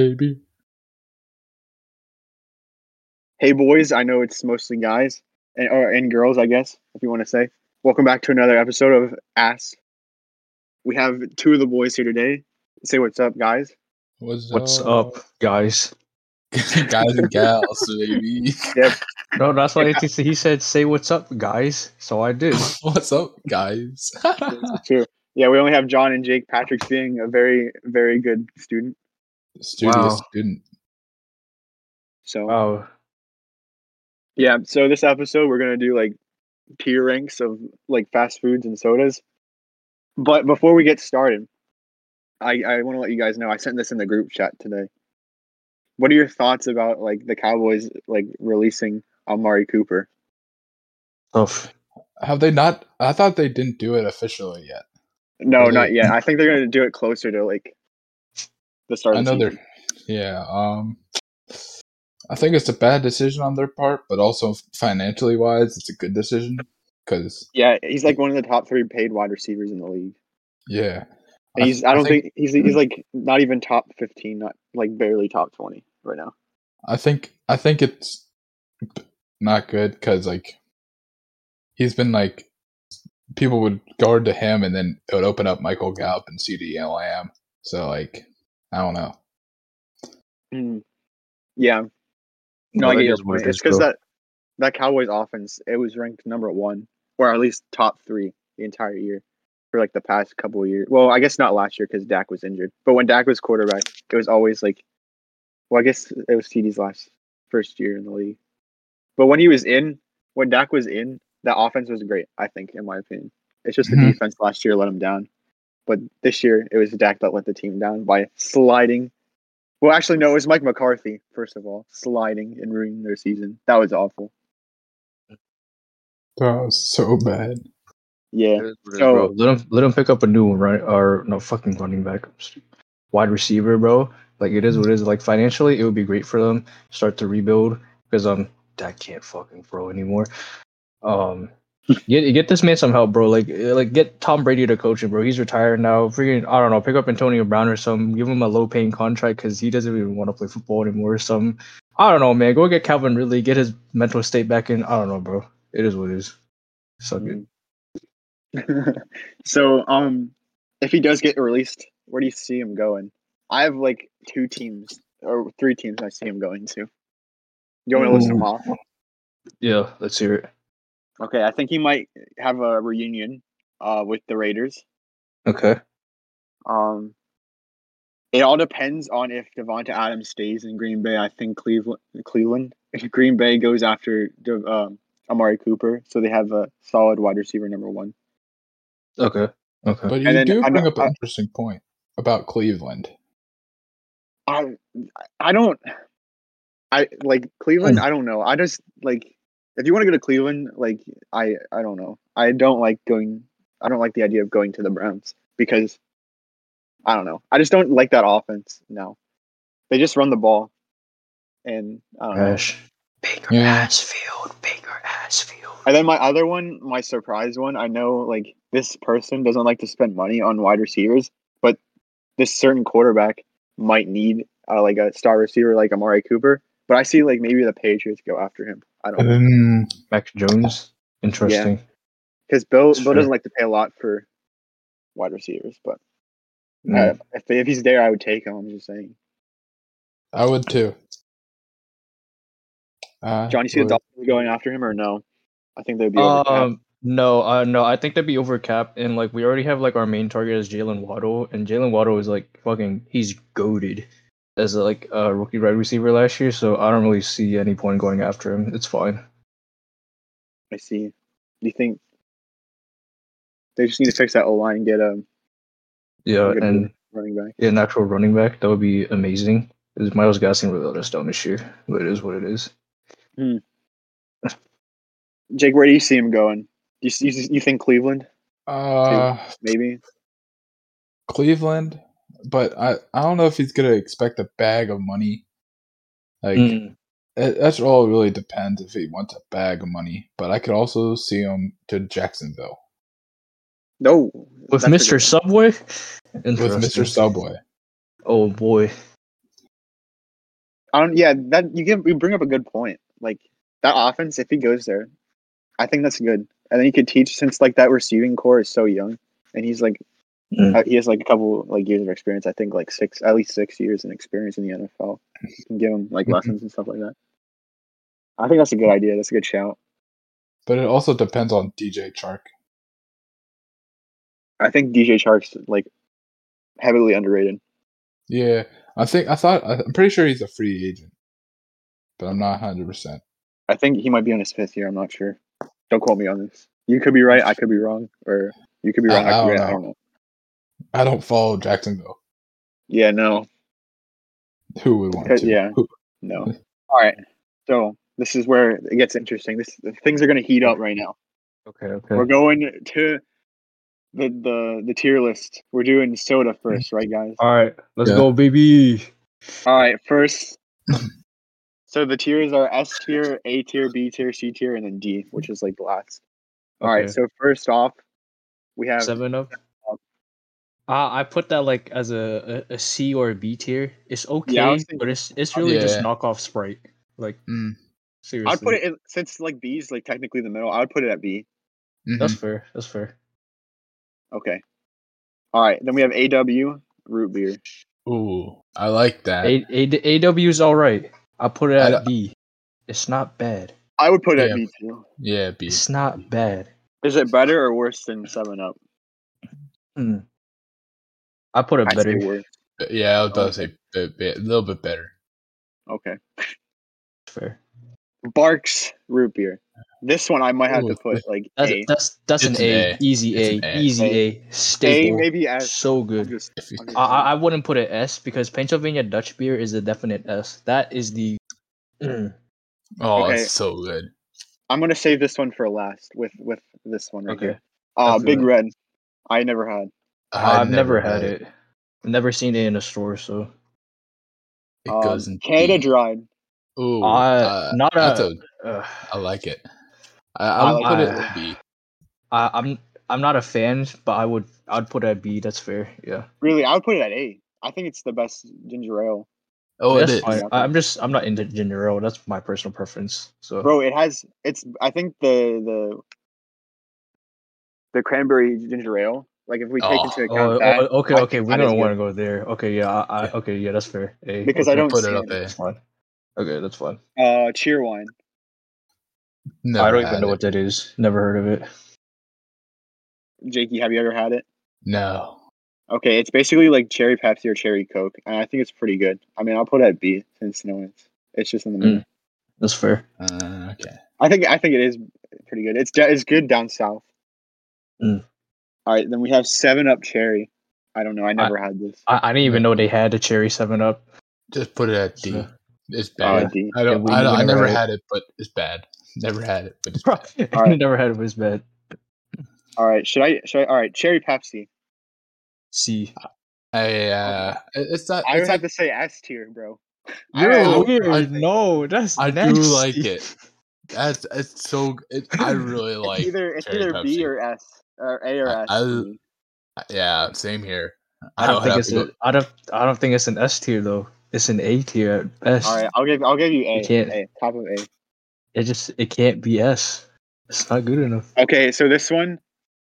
baby. Hey boys, I know it's mostly guys and or and girls, I guess, if you want to say. Welcome back to another episode of Ass. We have two of the boys here today. Say what's up, guys. What's, What's up, guys? guys and gals, baby? No, that's why it's- he said, "Say what's up, guys." So I did. What's up, guys? True. Yeah, we only have John and Jake. Patrick's being a very, very good student. Studious Wow. student. So Wow. yeah, so this episode we're gonna do like tier ranks of like fast foods and sodas. But before we get started, I, I want to let you guys know I sent this in the group chat today. What are your thoughts about like the Cowboys like releasing Amari Cooper? Tough. Have they not? I thought they didn't do it officially yet. No, Really? not yet. I think they're going to do it closer to like the start. I of the know season. they're. Yeah. Um. I think it's a bad decision on their part, but also financially wise, it's a good decision because Yeah, he's like one of the top three paid wide receivers in the league. yeah, And I- he's. I, I don't think- Hmm. think, he's. He's like not even top fifteen. Not like barely top twenty right now. I think I think it's not good because like he's been like people would guard to him, and then it would open up Michael Gallup and C.D. Lamb. So like I don't know. Mm. Yeah. No, I That get your is what point. it It's is, because bro. that that Cowboys offense it was ranked number one or at least top three the entire year for like the past couple of years. Well, I guess not last year because Dak was injured, but when Dak was quarterback, it was always like, well, I guess it was TD's last first year in the league, but when he was in, when Dak was in, that offense was great. I think, in my opinion, it's just the Mm-hmm. Mhm. defense last year let him down, but this year it was Dak that let the team down by sliding well, actually, no. It was Mike McCarthy. First of all, sliding and ruining their season. That was awful. That was so bad. Yeah, That is what it is, So- bro. let him let him pick up a new run or no fucking running back, wide receiver, bro. Like it is what it is. Like financially, it would be great for them start to rebuild because um that can't fucking throw anymore. Um, get get this man some help, bro. Like uh, like get Tom Brady to coach him, bro. He's retired now. Freaking I don't know. Pick up Antonio Brown or something. Give him a low paying contract because he doesn't even want to play football anymore or something. I don't know, man. Go get Calvin Ridley. Get his mental state back in. I don't know, bro. It is what it is. Suck it. so, um, if he does get released, where do you see him going? I have like two teams or three teams I see him going to. You want me to list them off? Yeah, let's hear it. Okay, I think he might have a reunion, uh, with the Raiders. Okay. Um, it all depends on if Devonta Adams stays in Green Bay. I think Cleveland, Cleveland, Green Bay goes after De, um, Amari Cooper, so they have a solid wide receiver number one. Okay. Okay. But you then do I'm bring not- up an I- interesting point about Cleveland. I, I don't, I like Cleveland. I don't know. I just like if you want to go to Cleveland, like I, I don't know. I don't like going. I don't like the idea of going to the Browns because I don't know. I just don't like that offense. No, they just run the ball, and I don't know. Ash. Baker Yeah. Asfield. Baker Asfield. And then my other one, my surprise one, I know like this person doesn't like to spend money on wide receivers, but this certain quarterback might need uh, like a star receiver like Amari Cooper. But I see like maybe the Patriots go after him. I don't know Um, Mac Jones. Interesting. because Bill Mm-hmm. That's Bill fair. doesn't like to pay a lot for wide receivers, but Mm. uh, if if he's there, I would take him. I'm just saying. I would too. Uh, Johnny, see the Dolphins going after him or no? I think they'd be overcapped. Um, no, uh, no, I think that'd be overcapped, and like we already have like our main target is Jalen Waddle, and Jalen Waddle is like fucking he's goaded as like a rookie wide receiver last year, so I don't really see any point going after him. It's fine. I see. Do you think they just need to fix that O line and get a Yeah, Good and move. running back? an actual running back that would be amazing. Is Miles Gaskin really let us down this year? But it is what it is. Jake, where do you see him going? Do you, you, you think Cleveland? Uh, Maybe. Cleveland, but I, I don't know if he's gonna expect a bag of money. Like Mm. that- that's all it really depends if he wants a bag of money. But I could also see him to Jacksonville No. With that's a Mr. good- Subway, with Mr. Interesting. Subway. Oh boy. Um, yeah, that you give you bring up a good point. Like that offense, if he goes there, I think that's good. And then he could teach since like that receiving core is so young, and he's like Mm. uh, he has like a couple like years of experience. I think like six, at least six years in experience in the NFL. You can give him like Mm-hmm. Mhm. lessons and stuff like that. I think that's a good idea. That's a good shout. But it also depends on DJ Chark. I think DJ Chark's like heavily underrated. Yeah, I think I thought I- I'm pretty sure he's a free agent, but I'm not 100. percent I think he might be on his fifth year. I'm not sure. Don't quote me on this. You could be right. I could be wrong. Or you could be I- wrong. I, I could be don't right. I know. don't know. I don't follow Jacksonville. Yeah. No. Who would want Because- to? Uh, yeah. Who- No. All right. So this is where it gets interesting. This things are going to heat up right now. Okay, okay. We're going to the the the tier list. We're doing soda first, right, guys? All right, let's Yeah. go, baby. All right. First. So the tiers are S tier, A tier, B tier, C tier, and then D, which is like last. All right. Okay. So first off, we have seven up. Uh, I put that like as a, a, a C or a B tier. It's okay, thinking- but it's it's really just Yeah. knockoff Sprite. Like Mm. seriously, I'd put it in, since like B is like technically the middle. I would put it at B. Mhm. That's fair. That's fair. Okay. All right. Then we have AW root beer. mm-hmm. Ooh, I like that. A, A, AW is all right. I put it I at don't- B. It's not bad. I would put it Yeah. at B too. Yeah, B. It's not bad. Is it better or worse than Seven Up? Hmm. I put it I'd better. say worse. Yeah, I was about to Okay. say a bit- a little bit better. Okay. Fair. Barks root beer. This one I might have Ooh, to put like That's A. that's that's It's an an A. A. Easy It's A. an A. Easy A. A. A Staple. maybe S. So I'm good. just- If you, I'm just- I, I I wouldn't put it S because Pennsylvania Dutch beer is a definite S. That is the. Hmm, Mm. oh, Okay. it's so good. I'm gonna save this one for last with with this one right Okay. here. Uh, Let's do Big it. Red. I never had. I've never, had it. Never seen it in a store, so It Um, goes in Canada D. Dried. Ooh, Uh, uh, not that's a- a. uh, I like it. I, I, I would like put it. it at B. I, I'm I'm not a fan, but I would I'd put it at B. That's fair. Yeah, Really, I would put it at A. I think it's the best ginger ale. Oh, it is. that's fine. I, I'm just I'm not into ginger ale. That's my personal preference. So bro it has it's i think the the the cranberry ginger ale like if we take Oh. into account oh, that oh, okay I okay think that we're is gonna good. want to go there. Okay yeah I, I, okay yeah that's fair. A, Because I okay, don't Put see it up it. there. That's fine. Okay, that's fine. uh cheer wine Never I don't even had know it. what that is. Never heard of it. jakey have you ever had it No. okay it's basically like cherry pepsi or cherry coke and i think it's pretty good i mean i'll put it at b since no one's it's just in the Mm. middle That's fair. Uh, okay. i think i think it is pretty good it's de- it's good down south Mm. all right then we have seven up cherry i don't know i never had this I, I didn't even know they had a cherry Seven Up. Just put it at D. So- It's Oh, bad. D. I Yeah, don't. we I, don't, I never never had had it, but it's bad. Never had it, but it's bad. I never had it was bad. all right should i should i all right cherry pepsi C. I, uh, it- it's not. i would It's have like to say s tier bro You're I- I would- weird. Oh, I- no, that's I do like it. that's it's so. g- It, I really It's like. either it's cherry either B Pepsi. or S or A or I- S. I- for me. Yeah, same here. I don't would think have it's to a, go- I don't I don't think it's an S tier though. It's an A tier at best. All right, I'll give I'll give you A. You can't- A top of A. It just it can't be S. It's not good enough. Okay, so this one,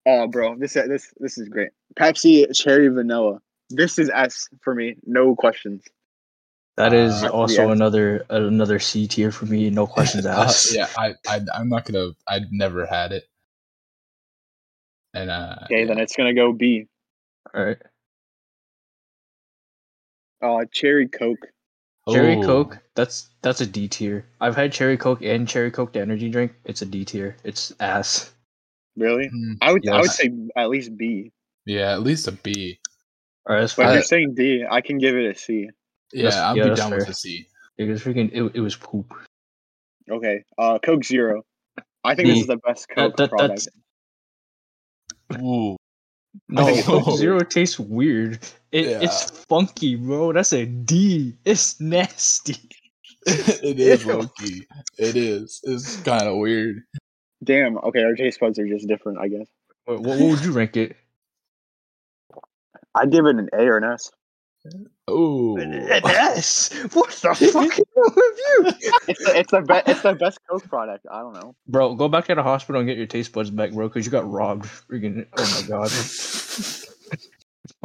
oh bro, this this this is great. Pepsi cherry vanilla. This is S for me, no questions. That is Uh, also yeah. another another C tier for me. No questions Uh, asked. yeah, I, I I'm not gonna. I never had it. And uh, Okay, yeah. then it's gonna go B. All right. Uh, cherry Coke. Cherry Ooh, Coke. That's that's a D tier. I've had Cherry Coke and Cherry Coke the energy drink. It's a D tier. It's ass. Really? mm, I would I would Yes. say at least B. Yeah, at least a B. All right, that's But if I- fine. you're saying D, I can give it a C. Yeah, That's- I'll yeah, be that's down with fair. a C. It was freaking. It, it was poop. Okay. Uh, Coke Zero. I think this B. is the best Coke That, that product. that's Ooh, No, think it's Coke weird. Zero tastes weird. It, It's funky, bro. That's a D. It's nasty. it is Ew. low key. It is. It's kind of weird. Damn. Okay, our taste buds are just different, I guess. What, what would you rank it? I'd give it an A or an S. Oh, Yes. What the fuck is wrong with you? It's the it's the, be- it's the best Coke product. I don't know. Bro, go back to the hospital and get your taste buds back, bro, because you got robbed. Freaking! Oh my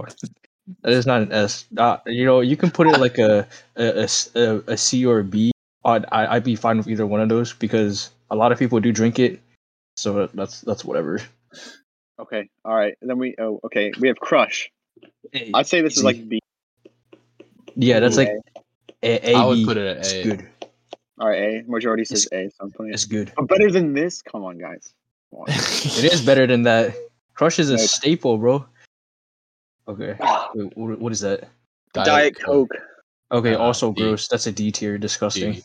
god, that is not an S. Uh, you know, you can put it like a a, a s- a- a C or a B. I'd I- I'd be fine with either one of those because a lot of people do drink it, so that's that's whatever. Okay, all right. Then we oh okay we have Crush. I'd say this is like B. yeah, that's like A. A- I would B. put it at It's A. good. All right, A. Majority says A, so I'm putting it. It's good. But better than this? Come on, guys. Come on. It is better than that. Crush is a Nope. staple, bro. Okay. Wait, what, what is that? Diet, Coke. Okay, Uh, also D. gross. That's a D tier. Disgusting. D.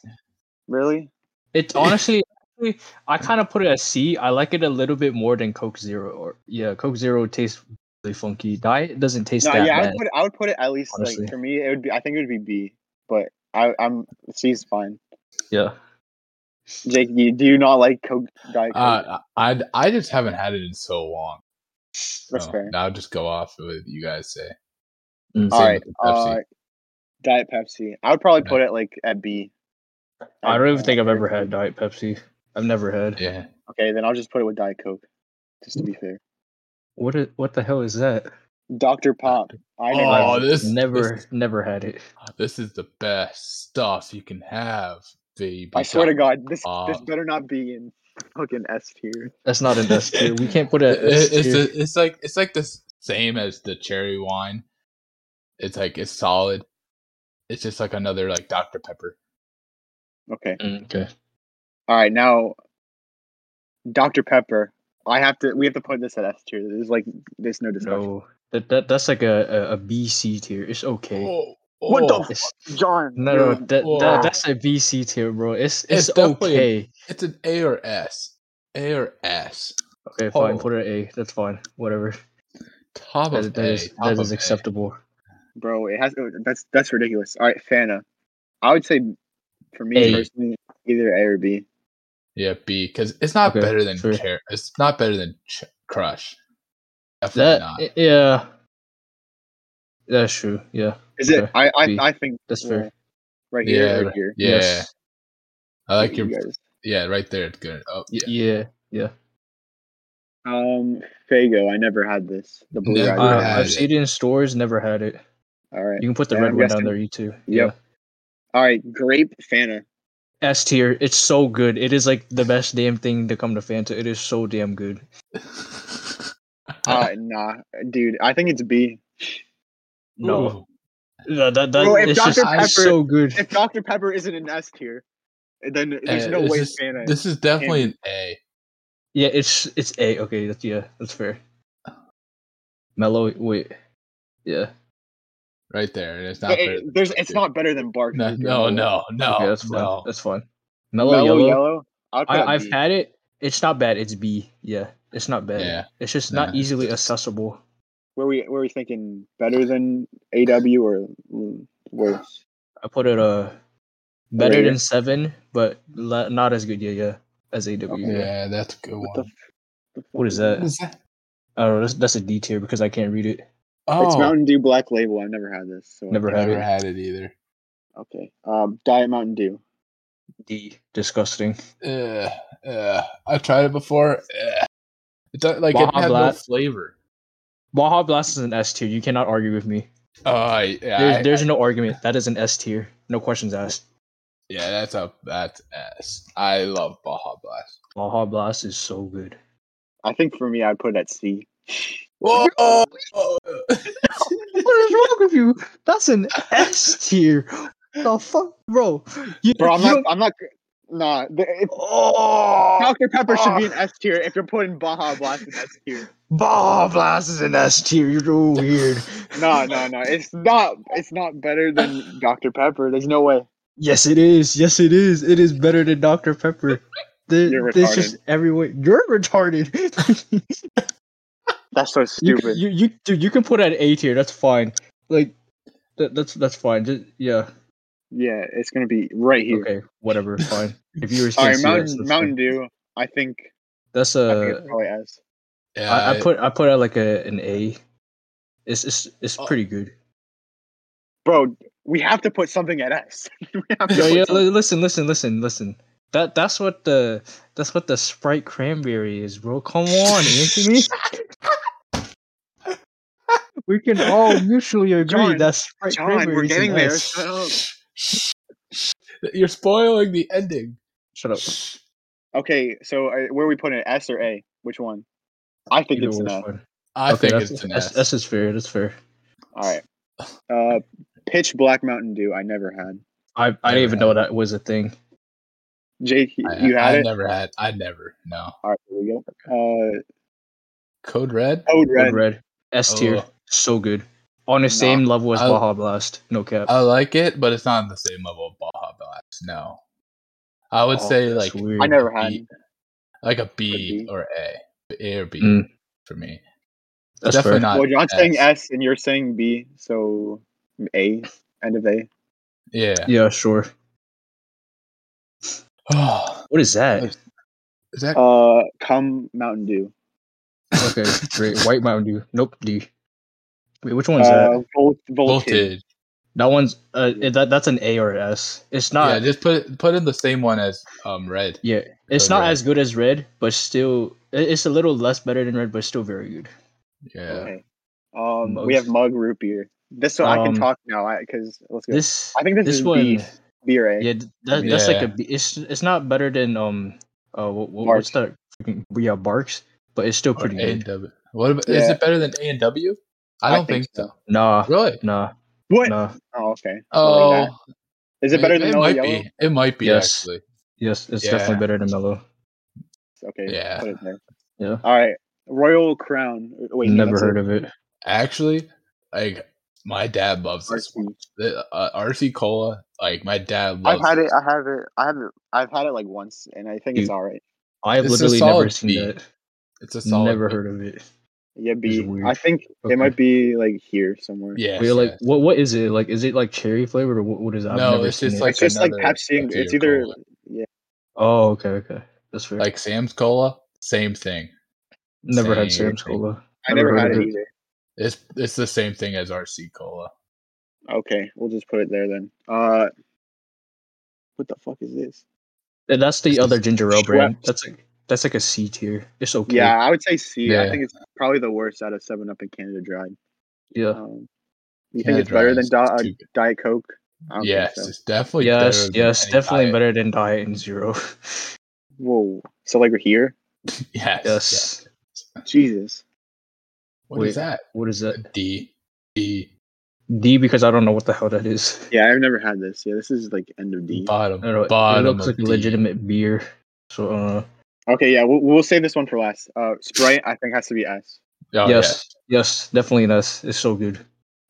Really? It's honestly, actually, I kind of put it as C. I like it a little bit more than Coke Zero. Or yeah, Coke Zero tastes really funky. Diet doesn't taste No, that yeah, I bad. would put it, I would put it at least honestly. like for me it would be I think it would be B, but I, I'm C's fine. Yeah, Jake, you, do you not like Coke Diet Coke? Uh, I I just haven't had it in so long. That's So fair. Now I'll just go off of what you guys say. Mm. Same All right, with the Pepsi. uh, Diet Pepsi. I would probably Yeah. put it like at B. I don't even Uh, think I've or- ever had Diet Pepsi. I've never had. yeah. Okay, then I'll just put it with Diet Coke, just to be fair. What is, what the hell is that? Dr. Pop. I never. Oh, had it. this Never This, never had it. this is the best stuff you can have, baby. I swear to God, this this Pop. better not be in fucking S tier. That's not an S tier. We can't put it. It- at S it- it's tier. the- it's like it's like the s- same as the cherry wine. It's like it's solid. It's just like another like Dr Pepper. Okay. Mm, okay. All right, now Dr. Pepper. I have to. We have to put this at S tier. This is like there's no discussion. No, that, that that's like a, a, a B C tier. It's okay. Oh, What the oh, f- It's- John. no, no, you're- that, Whoa. that that's a B C tier, bro. It's It's it's, definitely a- okay. It's an A or S. A or S. Okay, fine. Oh. Put it at A. That's fine. Whatever. Top That, of that A. is top that is of A. acceptable. bro. It has. oh, That's that's ridiculous. All right, Fanta. I would say, for me A. personally, either A or B. Yeah, B. Because it's not Okay, better than fair. cher- It's not better than ch- Crush. Definitely That not. i- yeah. That's true. Yeah, Is it? Okay, I I, B. I think that's well, fair. Right here, Yeah, right here. yeah, Yes. I like You your. guys. Yeah, right there. It's good. Oh, Y- yeah. Yeah. Um, Fago. I never had this. The blue Never rider. Never I, had Uh, I've it. seen it in stores. Never had it. All right. You can put the Yeah, red I'm one guessing. down there. You too. Yep. All right. Grape Fanta. Yeah. S tier. It's so good. It is like the best damn thing to come to Fanta. It is so damn good. Uh, nah, dude. I think it's B. No, Ooh. that, that, that Bro, if it's Dr. just it's Pepper- so good. If Dr Pepper isn't an S tier, then there's Uh, no it's way just- Fanta. This is definitely an A. Yeah, it's it's A. Okay, that's yeah, that's fair. Mellow. Wait. Yeah. Right there. And it's not. But it- better than there's. Crush It's either. not better than Bark. No, no, no, no. okay, that's fine. no. That's fine. Mellow, Mellow, yellow. yellow. I'd put it I, I've B. had it. It's not bad. It's B. Yeah, it's not bad. Yeah. It's just Nah, not it's easily just- accessible. Were we were we thinking better than AW or mm, worse? I put it uh better Right here. than seven, but le- not as good. Yeah, yeah, as AW. Okay. Yeah. Yeah, that's a good What the one. f- What is fuck that? Is that- I don't know. That's, that's a D tier because I can't read it. Oh, It's Mountain Dew Black Label. I've never had this. So Never had never it. had it either. Okay. Um, Diet Mountain Dew. D. Disgusting. Ugh, ugh. Uh, I tried it before. Ugh. It do- like it Baja had no Blast. flavor. Baja Blast is an S tier. You cannot argue with me. Oh yeah, There's, I- there's no argument. That is an S tier. No questions asked. yeah. That's a that's S. I love Baja Blast. Baja Blast is so good. I think for me, I'd put it at C. Whoa! What is wrong with you? That's an S tier. The fuck, bro? You, Bro, I'm you not. don't- I'm not. Nah. the- If, Oh, Dr Pepper should be ah. an S tier. If you're putting Baja Blast in S tier. Baja Blast is an S tier. You're so weird. No, no, no. It's not. It's not better than Dr Pepper. There's no way. Yes, it is. Yes, it is. It is better than Dr. Pepper. The, You're There's just everyone. You're retarded. That's so you, stupid. you, you, dude, you can put that A tier. That's fine. Like, that, that's that's fine. Just, yeah. yeah, it's gonna be right here. Okay. Whatever. Fine. If you were All gonna right, see that, Mountain that's fine. Mountain Dew. I think. That's uh, I think it's a. probably S. Yeah, I, I put I put out like a an A. It's it's it's Oh. pretty good. bro, we have to put something at us. we have to Yo, put yo, something- li- listen, listen, listen, listen. That that's what the that's what the Sprite cranberry is, bro. Come on, Anthony. we can all mutually agree John, that Sprite John, cranberry we're is getting an there. S. Shut up. You're spoiling the ending. Shut up. Okay, so uh, where are we putting it? S or A? Which one? I think Either it's way an is S. fine. I okay, think that's, it's an that's- S. that's just fair. That's fair. All right. Uh, pitch black Mountain Dew. I never had. I, I Never didn't even had know it. that was a thing. Jake, y- I, you had I it. never had. I never. No. All right, here we go. Uh, Code Red. Code Red. Red, red S tier, Oh. so good. On the Nah. same level as I- Baja Blast, no cap. I like it, but it's not on the same level of Baja Blast. No. I would Oh, say that's like weird. I never a had. E, B, like a B B. or A, A or B Mm. for me. That's Definitely fair. not. Well, John's S. saying S and you're saying B, so A, end of A. Yeah. Yeah, sure. Oh, What is that? Nice. is that Uh, come Mountain Dew. okay, great. White Mountain Dew. Nope, D. Wait, which one's Uh, that? volt, voltage. voltage? That one's uh, it- that, that's an A or an S. It's Yeah, not. just put it, put in the same one as um Red. Yeah, it's Code not Red. as good as Red, but still, it- it's a little less better than Red, but still very good. Yeah. Okay. Um, we Mugs. have mug root beer. This one I Um, can talk now. I because let's go. This I think this, this is one. B, B or A. Yeah, th- that, that's like Yeah. a. b- It's it's not better than um. Uh, what, what, Barks. what's that? freaking- Yeah, barks, but it's still Or pretty A good. and W. What about, is Yeah. it better than A and W? I I don't think think so. Nah, Really? nah, What? nah. Oh, okay. Well, then Oh, that- Is it better than Mellow might Yellow? be. It might be Yes. actually. Yes, it's Yeah. definitely better than Mellow. Okay. Yeah. Put it there. Yeah, All right. Royal Crown. Wait, never heard of it. Actually, like my dad loves this. RC. The, uh, RC cola. Like my dad I've loves. had it. I have it. I have it. I've had it like once, and I think it's Dude. all right. I have It's a literally never solid seen B. that. It's a solid. Never B. heard of it. Yeah, B. weird. I think Okay. it might be like here somewhere. Yes. We're like, yes. what? What is it? Like, is it like cherry flavored or what, what is it? I've no, never it's seen just it. like it's just like another Pepsi. And, Pepsi it's or either Cola. Oh, okay, okay, that's fair. like Sam's Cola. Same thing. never had same Sam's thing. Cola. I never heard had of it it. either. It's it's the same thing as RC Cola. Okay, we'll just put it there then. Uh, what the fuck is this? And that's the This other is ginger ale brand. Schweppes. That's like that's like a C tier. It's okay. Yeah, I would say C. I Yeah. think it's probably the worst out of Seven Up and Canada Dry. yeah. Um, you think Canada it's better Dry than is Di- uh, too good. Diet Coke? I don't think Yes, so. it's definitely better. yes, than yes, any definitely diet. better than diet and zero. Whoa. So like we're here. Yes. yes. yes. Jesus. What is Wait. that? What is that? D E, D D because I don't know what the hell that is. Yeah, I've never had this. Yeah, this is like end of D. bottom I don't know. bottom it looks of like a D. legitimate beer. So uh, Okay, yeah, we'll, we'll save this one for last. Uh, Sprite, I think has to be S. Oh, yes, yes, definitely that's it's so good.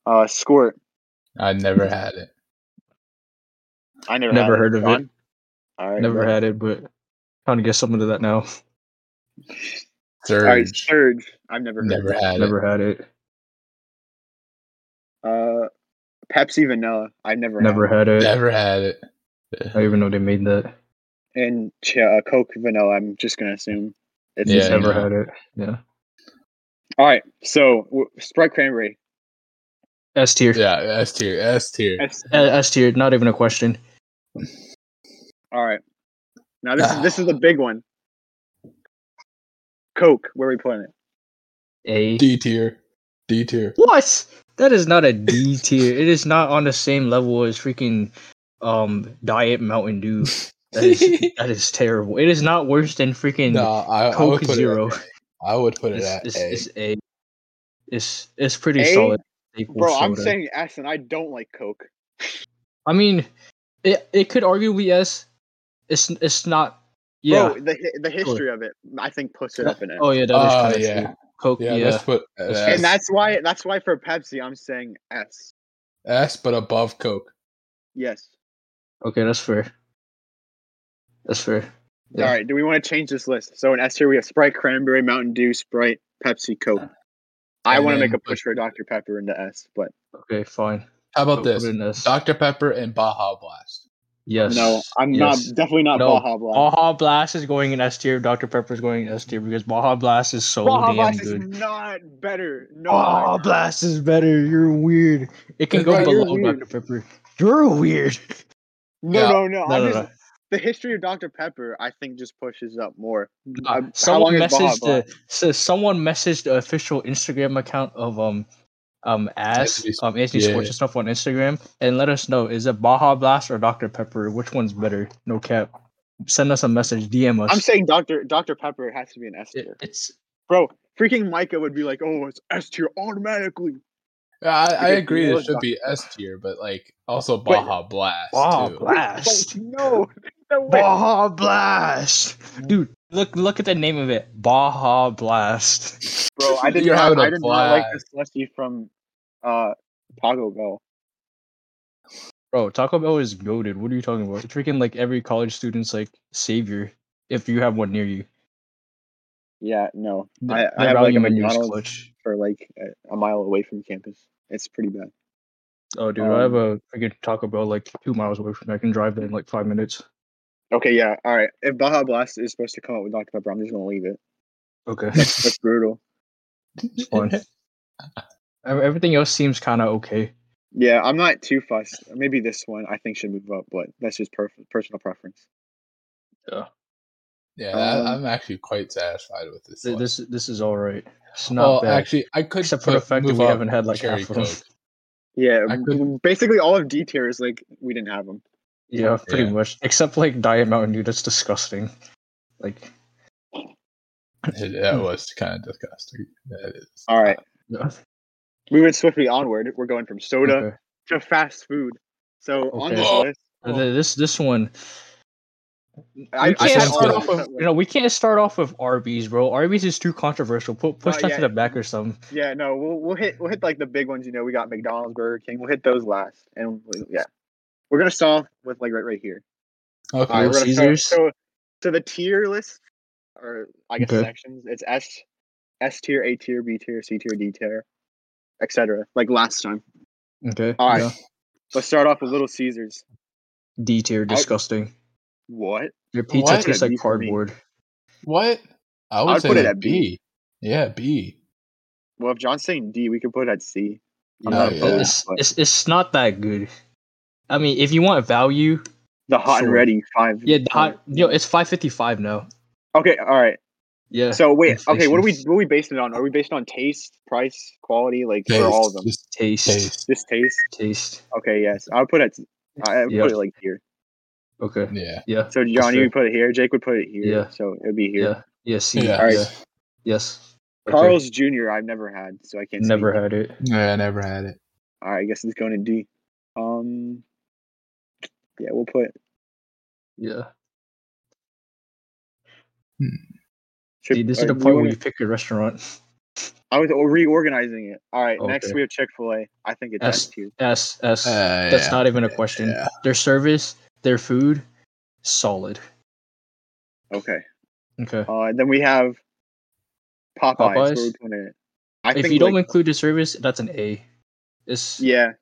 Uh, Squirt, yeah. I never had it. I never Never had heard of it. John? All right, Never well- had it, but trying to get something to that now. Surge. All right, Surge, I've never heard. never of had Never had it. Uh, Pepsi Vanilla, I've never. Never had it. it. Never had it. I don't even know they made that. had. And Ch- uh, Coke Vanilla, I'm just gonna assume. It's Yeah, the same. Never no. had it. Yeah. All right, so w- Sprite Cranberry. S tier. Yeah, S tier. S tier. S. Uh, S tier. Not even a question. All right. Now this is this is the big one. Coke, where are we putting it? A. D tier. D tier. What? That is not a D tier. It is not on the same level as freaking um Diet Mountain Dew. That is that is terrible. It is not worse than freaking No, I, I would Coke put Zero. it. At A. I would put it It's, at it's, A. it's a it's it's pretty A? solid staple Bro, I'm soda. saying S, and I don't like Coke. I mean, it it could arguably S. It's it's not. Yeah. Bro, the hi- the history of it, I think puts it up in it. oh yeah. That is Oh, kind of yeah. true. Coke. Yeah, Yeah. let's put uh, And S, and that's why that's why for Pepsi I'm saying S. S, but above Coke. Yes. Okay, that's fair. That's fair. Yeah. All right. Do we want to change this list? So in S tier we have Sprite, Cranberry, Mountain Dew, Sprite, Pepsi, Coke. I And want to then make a push for Dr Pepper into S, but Okay, fine. How about Put- put this? it in S. Dr Pepper and Baja Blast. Yes. No, I'm yes. not definitely not No. Baja Blast. Baja Blast is going in S tier. Dr. Pepper is going in S tier because Baja Blast is so Baja damn Blast good. Ah, is not better. No, Baja Blast is better. You're weird. It can go Right, you're below weird. Dr. Pepper. You're weird. no, Yeah. no, no. No, I'm no, just, no. The history of Dr Pepper, I think, just pushes up more. Uh, Uh, how someone long is Baja messaged the so someone messaged the official Instagram account of um um ass Anthony- um Anthony yeah. Sports and stuff on Instagram and let us know is it Baja Blast or Dr Pepper which one's better no cap send us a message DM us I'm saying Dr Dr Pepper has to be an S It- tier, it's bro. Freaking Micah would be like, "Oh, it's S tier automatically." Yeah, I, I Because agree. you It look should back- be S tier, but like also Wait. Baja Blast. Baja too. Blast No, no way. Baja Blast dude look look at the name of it Baja Blast Bro, I did You're not. having a I did not like blast. this Lefty from uh, Taco Bell. bro Taco Bell is goaded what are you talking about it's freaking like every college student's like savior if you have one near you Yeah, no, The- I, the I have like value a menu is McDonald's clutch. for like a, a mile away from campus. It's pretty bad. Oh, dude, I have Um, a freaking Taco Bell like two miles away from me. I can drive there in like five minutes. Okay, yeah, all right. If Baja Blast is supposed to come up with Dr Pepper, I'm just gonna leave it. Okay, That's brutal. it's fine. Ev- Everything else seems kind of okay. Yeah, I'm not too fussed. Maybe this one I think should move up, but that's just per- personal preference. yeah, that- Um, I'm actually quite satisfied with this. Th- one. This this is all right. It's not well, bad. actually, I could Except for the put- fact that move we up haven't had like Cherry half of them. Coke. Yeah, I could- basically all of D tier is like we didn't have them. Yeah, pretty Yeah. much. Except like Diet Mountain Dew. That's disgusting. Like, that was kind of disgusting. That is. All right, no. moving swiftly onward, we're going from soda Okay. to fast food. So on Okay. this Whoa. list, Th- This this one I, we I can't had said all start soda. of off with them. you know we can't start off with Arby's, bro. Arby's is too controversial. Put push Not that to yet. the back or something. Yeah, no, we'll we'll hit we'll hit like the big ones. You know, we got McDonald's, Burger King. We'll hit those last, and we- yeah, we're gonna stall with like right right here. Okay. All right, Little we're gonna start- Caesars. So, so the tier list, or I guess Okay. sections, it's S, S tier, A tier, B tier, C tier, D tier, etc. Like last time. Okay. All right. yeah. Let's start off with Little Caesars. D tier, disgusting. What? Your pizza What? tastes Be like for me. cardboard. What? I would I'd say put it like at B. B. Yeah, B. Well, if John's saying D, we could put it at C. I'm Oh, not yeah. opposed. It's, But it's it's not that good. I mean, if you want value, the hot and sure. ready five. yeah, the point- hot, yo, it's five fifty five now. Okay, all right. Yeah. So wait, okay, what are we inflation. what are we basing it on? Are we based on taste, price, quality, like Taste, for all of them? Just taste, taste, taste. Just taste. Okay, yes, I'll put it. I would Yeah. put it like here. Okay. Yeah. Yeah. So Johnny fair. would put it here. Jake would put it here. Yeah. So it'd be here. Yeah. Yeah. C. Yeah. All right. Yeah. Yes. Okay. Carl's Jr. I've never had, so I can't. never Speak. had it. Yeah, I never had it. All right, I guess it's going to D. Um. Yeah, we'll put. Yeah. Should, Dude, this or is the do uh, you part where wanna- you pick your restaurant. I was reorganizing it. All right, next Okay. we have Chick Fil A. I think it's S. S tier. S. S. Uh, That's yeah. not even a question. yeah. Their service, their food, solid. Okay. Okay. Uh, then we have Popeyes. Where Popeyes? we putting it? I if think you don't like, include the service, that's an A. It's yeah.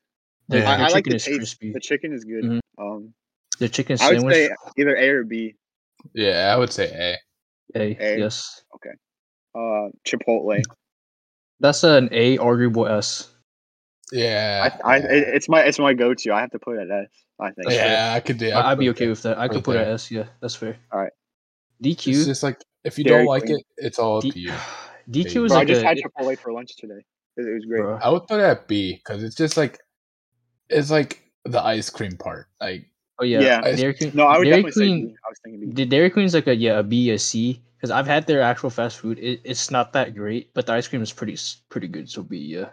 Yeah. Their, their I, I like chicken the is taste. crispy. The chicken is good. Mhm. Um, The chicken I would sandwich. say either A or B. Yeah, I would say A. A, A. Yes. Uh, Chipotle. That's an A, arguable S. Yeah. I, I yeah. it, it's my it's my go to. I have to put it at S. I think. That's fair. Yeah, I could do. I, I I'd be could okay do- with that. I put could it put it there. S. Yeah, that's fair. Alright. It's DQ. just like if you Dairy don't like Queen. it, it's all up to D, you. DQ is Bro, I like just a. had Chipotle for lunch today. It, it was great. bro, I would put it at B because it's just like it's like the ice cream part. Like oh yeah. Yeah. I- Dairy Queen. No, I would Dairy definitely say B. Queen. I was thinking B. The Dairy Queen's like a yeah a B a C because I've had their actual fast food. It, it's not that great, but the ice cream is pretty s- pretty good. So B yeah.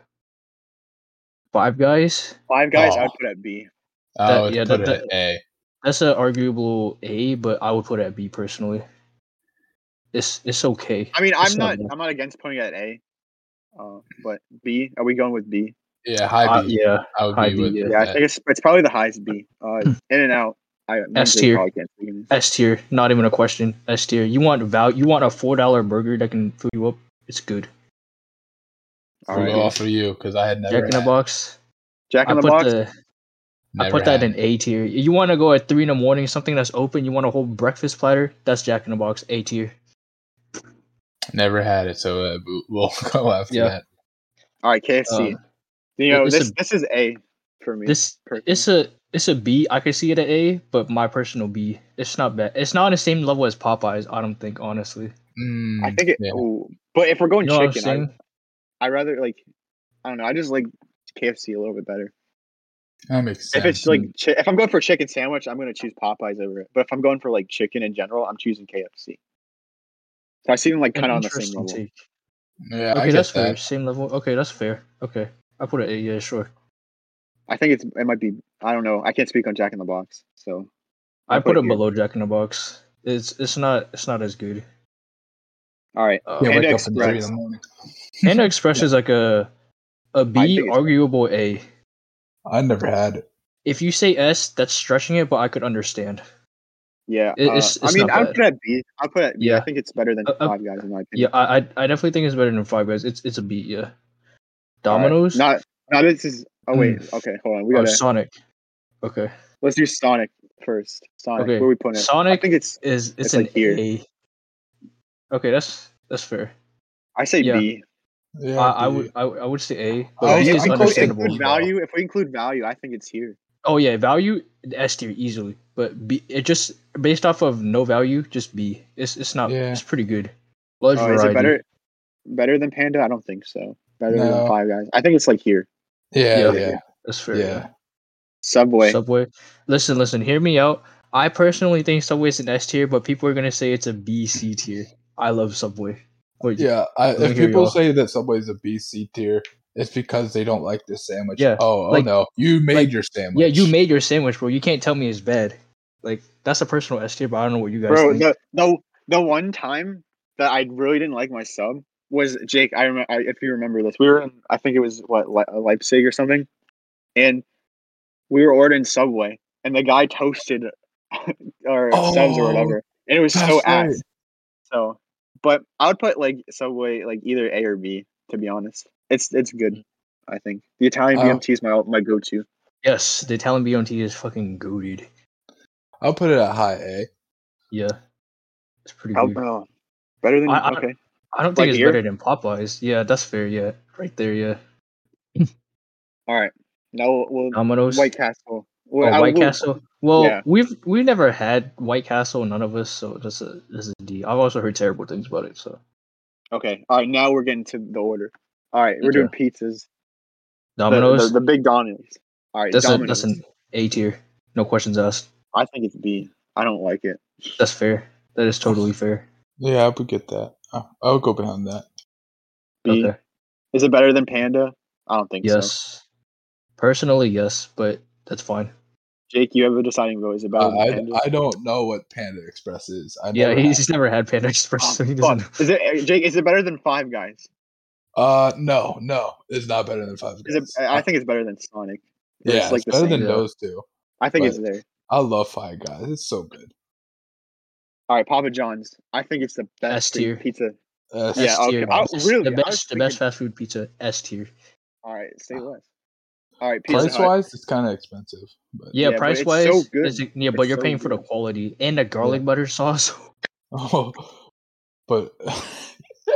Five Guys. Five guys. I would Oh. Aw. put at B. I That- would yeah, put that- it at A. That's an arguable A, but I would put it at B personally. It's it's okay. I mean, I'm It's not. not I'm not against putting it at A. Uh, but B. Are we going with B? Yeah, high Uh, B. yeah, I would high be B, with yeah. Yeah, I that. think it's it's probably the highest B. Uh, In and Out. I S Jake tier. probably can't speak in this. S tier. Not even a question. S tier. You want value? You want a four dollar burger that can fill you up? It's good. All We'll right. go off for you because I had never. Jack in the had it. Box. Jack I in the put Box. the I put that in A tier. You want to go at three in the morning, something that's open. You want a whole breakfast platter. That's Jack in the Box A tier. Never had it, so uh, we'll- we'll go after Yeah. that. All right, KFC. Um, you know, it's this a- this is A for me. this personally. it's a it's a B. I could see it at A, but my personal B. It's not bad. It's not on the same level as Popeyes. I don't think honestly. Mm, I think it. yeah. ooh. but if we're going You know what I'm chicken, I, saying? I rather like. I don't know. I just like KFC a little bit better. that makes sense. If it's like, mm. chi- if I'm going for a chicken sandwich, I'm going to choose Popeyes over it. But if I'm going for like chicken in general, I'm choosing KFC. So I see them like An kind of on the same interesting level. take. yeah, I Okay, get that's that. fair. Same level. Okay, that's fair. Okay, I put it A. Yeah, sure. I think it's it might be. I don't know. I can't speak on Jack in the Box, so I, I'll put, put it it here. below Jack in the Box. It's it's not it's not as good. all right. Uh, Yeah, And wake up at three in Express. the morning. Panda Express is like a a think B, it's- arguable A. I never had it. If you say S, that's stretching it, but I could understand. Yeah, uh, It- it's- I it's mean, not I'll bad. put it at B. I'll put it at B. I Yeah. think it's better than Uh, uh, Five Guys in my opinion. Yeah, I I, I definitely think it's better than Five Guys. It's it's a B. Yeah. All right. Domino's Hmm. Oh, Not, no, this is. Oh wait. Okay, hold on. We or gotta Sonic. Okay, let's do Sonic first. Sonic. Okay. Where we putting it? I Sonic- think it's. is It's it's, an like here. A. Okay, that's that's fair. I say Yeah. B. Yeah, I, I dude. would I, would- I would say A. Oh, But you B if is we include- understandable. Include value. If we include value, I think it's here. Oh yeah, value S tier easily, but B it just based off of no value, just B. It's it's not. Yeah. It's pretty good. Large Oh, is variety. it better? Better than Panda? I don't think so. Better No. than Five Guys. I think it's like here. Yeah, Yeah. yeah, That's fair. yeah. Subway. Subway. Listen, listen. Hear me out. I personally think Subway's an S tier, but people are gonna say it's a B C tier. I love Subway. Wait, Yeah, I, me if hear people y'all. say that Subway's a BC tier, it's because they don't like this sandwich. Yeah, Oh, oh like- no, you made like- your sandwich. Yeah, you made your sandwich, bro. You can't tell me it's bad. Like that's a personal S tier, but I don't know what you guys Bro, think. the, the the one time that I really didn't like my sub was Jake. I remember I, if you remember this, we were in I think it was what Le- uh, Leipzig or something, and we were ordering Subway, and the guy toasted our subs or Oh, whatever, and it was so that's right. ass. So, but I would put like Subway like either A or B to be honest. It's it's good, I think. The Italian Oh. BMT is my my go to. Yes, the Italian BMT is fucking goaded. I'll put it at high A. Yeah, it's pretty Mm-hmm. good. Oh, better than I- I- okay. I don't Right think it's here? better than Popeyes. Yeah, that's fair. Yeah, right there. Yeah, All right, now we'll, we'll Domino's, White Castle. or Well, I Oh, White will- Castle. Well, yeah. we've we've never had White Castle, none of us. So this is this is a D. I've also heard terrible things about it. So Okay. All right. Now we're getting to the order. All right. We're doing pizzas. The- Domino's, The, the, big Domino's. All right. that's Domino's. a that's an A tier. No questions asked. I think it's B. I don't like it. That's fair. That is totally fair. Yeah, I would get that. I, I would go behind that. B. Okay. Is it better than Panda? I don't think so. Yes. Personally, yes, but that's fine. Jake, you have a deciding vote. Is it better Uh, than I, Panda? I don't know what Panda Express is. I Yeah, never he's, had it. he's never had Panda Express, so he Oh, doesn't. fuck. Is it Jake? Is it better than Five Guys? Uh, no, no, it's not better than Five Is it? Guys. I I think it's better than Sonic. yeah, it's like the better same. than Yeah. those two. I think it's but- there. I love Five Guys. It's so good. All right, Papa John's. I think it's the S best tier. pizza. Uh, Yeah, S okay. tier. I- Best- really, the I was best, the thinking- best fast food pizza. S tier. All right, say less. All right, Pizza price Hut. wise, it's kind of expensive. But Yeah, Yeah, but price it's so wise, good. it's- yeah, but It's you're so paying for the good. quality and the garlic butter sauce. oh, but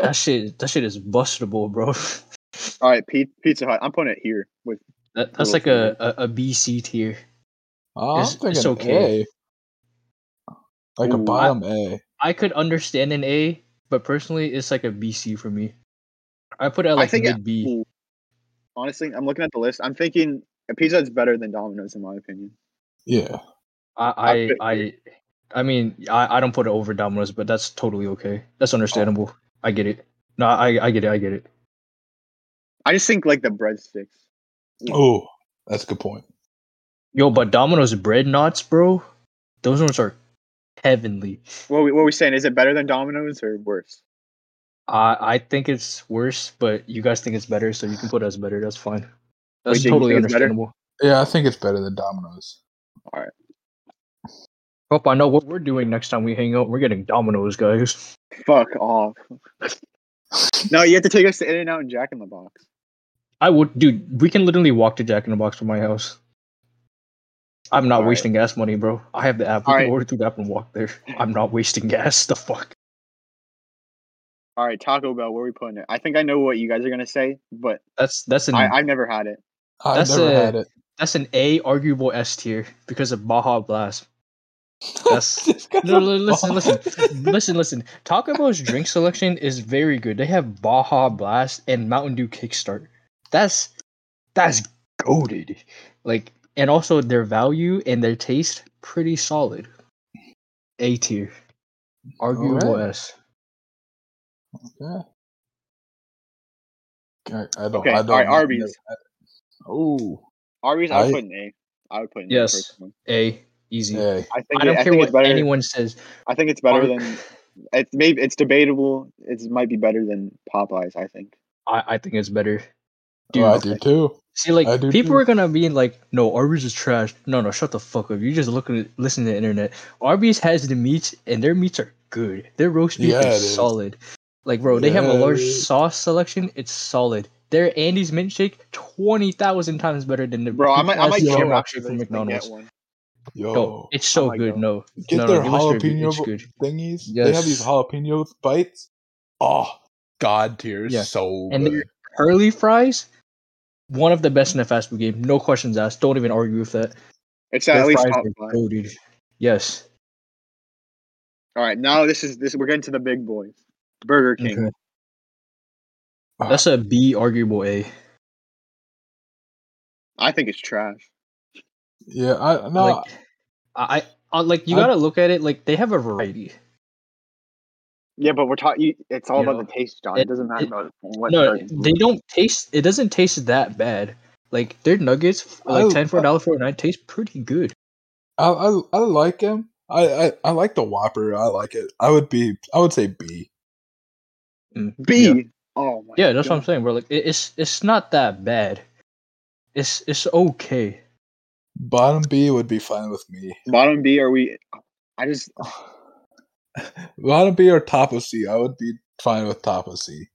that shit, that shit is bustable, bro. All right, P- Pizza Hut. I'm putting it here with That, that's Little like a, a, a BC tier. Oh, I'm It's- it's thinking okay. A, like a Ooh. bottom A. I could understand an A, but personally, it's like a BC for me. I put it at like think- mid B. Ooh. Honestly, I'm looking at the list. I'm thinking a Pizza Hut's better than Domino's in my opinion. Yeah, I put- I I, I mean, I, I don't put it over Domino's, but that's totally okay. That's understandable. I get it. No, I I get it. I get it. I just think like the breadsticks. Oh, that's a good point. Yo, but Domino's bread knots, bro. Those ones are heavenly. What we, what we saying? Is it better than Domino's or worse? I I think it's worse, but you guys think it's better, so you can put it as better. That's fine. Wait, That's Jake, you totally think it's better? understandable. Yeah, I think it's better than Domino's. Hope Oh, I know what we're doing next time we hang out. We're getting Domino's, guys. Fuck off. no, you have to take us to In and Out and Jack in the Box. I would, dude. We can literally walk to Jack in the Box from my house. I'm not All right. wasting gas money, bro. I have the app. We All can right. order through the app and walk there. I'm not wasting gas. The fuck. All right, Taco Bell, where are we putting it? I think I know what you guys are gonna say, but That's that's an I, I've never had it. I've That's never a- had it. that's an A arguable S tier because of Baja Blast. That's This guy's a no, li- listen, bum. listen, listen, listen. Taco Bell's drink selection is very good. They have Baja Blast and Mountain Dew Kickstart. That's that's goaded. Like, and also their value and their taste pretty solid. A tier, arguable Alright. S. Yeah. I, I don't. Okay, I don't alright, I've Arby's. never had it. Oh, Arby's, I would I- put an A. I would put an Yes. A personally. A easy. yeah. I think I don't it- I care think what it's better. anyone says. I think it's better Ar- than it's maybe it's debatable. It might be better than Popeyes. I think. I, I think it's better. Oh, I do too. See, like I do people too. are gonna be like, "No, Arby's is trash." No, no, shut the fuck up. You just look at listen to the internet. Arby's has the meats, and their meats are good. Their roast beef Yeah, it is is. solid. Like, bro, they have a Yeah, it large is. sauce selection. It's solid. Their Andy's milkshake twenty thousand times better than the Bro, I might, I poop-ass might Yo. get one Shamrock shake after from this and get McDonald's. one. Yo, No, it's I so might good. go. No, get no, their no, give us your good. jalapeno It's good. thingies. They have these Yes. jalapeno bites. Oh, god tier Yeah. is so And they're- good. Curly fries, one of the best in the fast food game. No questions asked. Don't even argue with that. It's at Their least fries top are five. goated. Yes. All right, now this is this. We're getting to the big boys. Burger King. Okay. Ah. That's a B arguable A. I think it's trash. Yeah, I no. Like I, I like you I- gotta look at it like they have a variety. Yeah, but we're talking. It's all You about know, the taste, John. It, it- doesn't matter it- about what. no, Burger King they is. don't taste it doesn't taste that bad. Like their nuggets f- like I- ten for a dollar forty nine taste pretty good. I, I I like him. I, I I like the Whopper. I like it. I would be. I would say B. B. Oh my. Yeah, that's what I'm God. saying, bro. Like it, it's it's not that bad. It's it's okay. Bottom B would be fine with me. Bottom B. Are we? I just. Bottom B or top of C. I would be fine with top of C.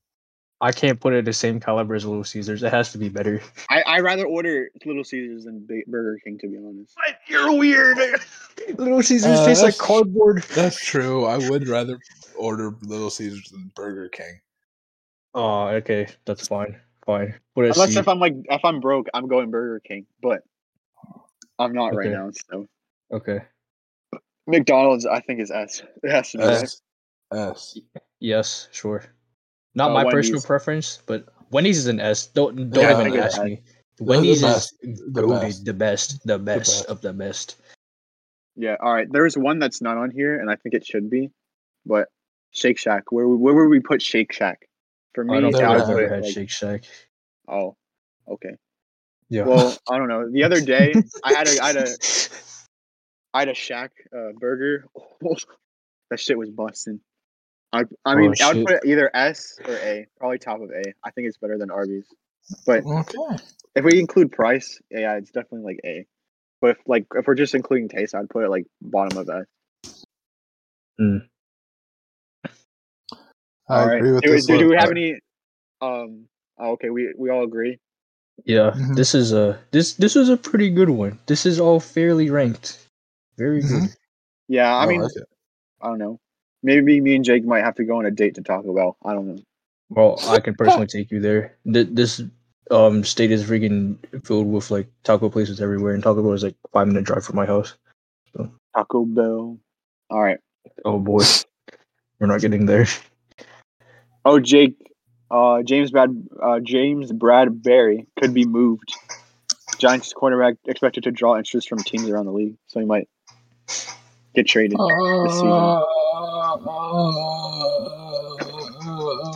I can't put it the same caliber as Little Caesars. It has to be better. I I rather order Little Caesars than Ba- Burger King to be honest. But you're weird. Little Caesars Uh, tastes like that's- cardboard. That's true. I would rather order Little Caesars than Burger King. Oh, okay, that's fine. Fine. What is Unless if I'm like if I'm broke, I'm going Burger King, but I'm not right Okay. now. So okay? McDonald's, I think is S. It has to be right? S. S. Yes, sure. Not Uh, my personal Wendy's. preference, but Wendy's is an S. Don't don't Yeah, I even think it's ask S. me. the Wendy's best. is The best. goaded, the best, the best, best. of the best. Yeah. All right. There's one that's not on here, and I think it should be, but Shake Shack. Where where would we put Shake Shack? For me, I don't never think I would I've had put ever it, had like- Shake Shack. Oh, okay. Yeah. Well, I don't know. The other day, I had a I had a I had a Shack uh, burger. that shit was busting. I I Oh, mean, I would shit. put it either S or A. Probably top of A. I think it's better than Arby's. Okay. If we include price, yeah, it's definitely like A. But if like if we're just including taste, I'd put it like bottom of S. I All right. agree with do, this. do, do we list. have any? Um. Oh, okay. We we all agree. yeah. Mhm. This is a this this was a pretty good one. This is all fairly ranked. Very Mhm. good. Yeah. I mean, like it. I don't know. Maybe me and Jake might have to go on a date to Taco Bell. I don't know. Well, I can personally take you there. Th- This um state is freaking filled with like taco places everywhere, and Taco Bell is like five minute drive from my house. Taco Bell. All right. Oh boy, we're not getting there. Oh, Jake. Uh, James Brad. Uh, James Bradbury could be moved. Giants cornerback expected to draw interest from teams around the league, so he might get traded. Oh.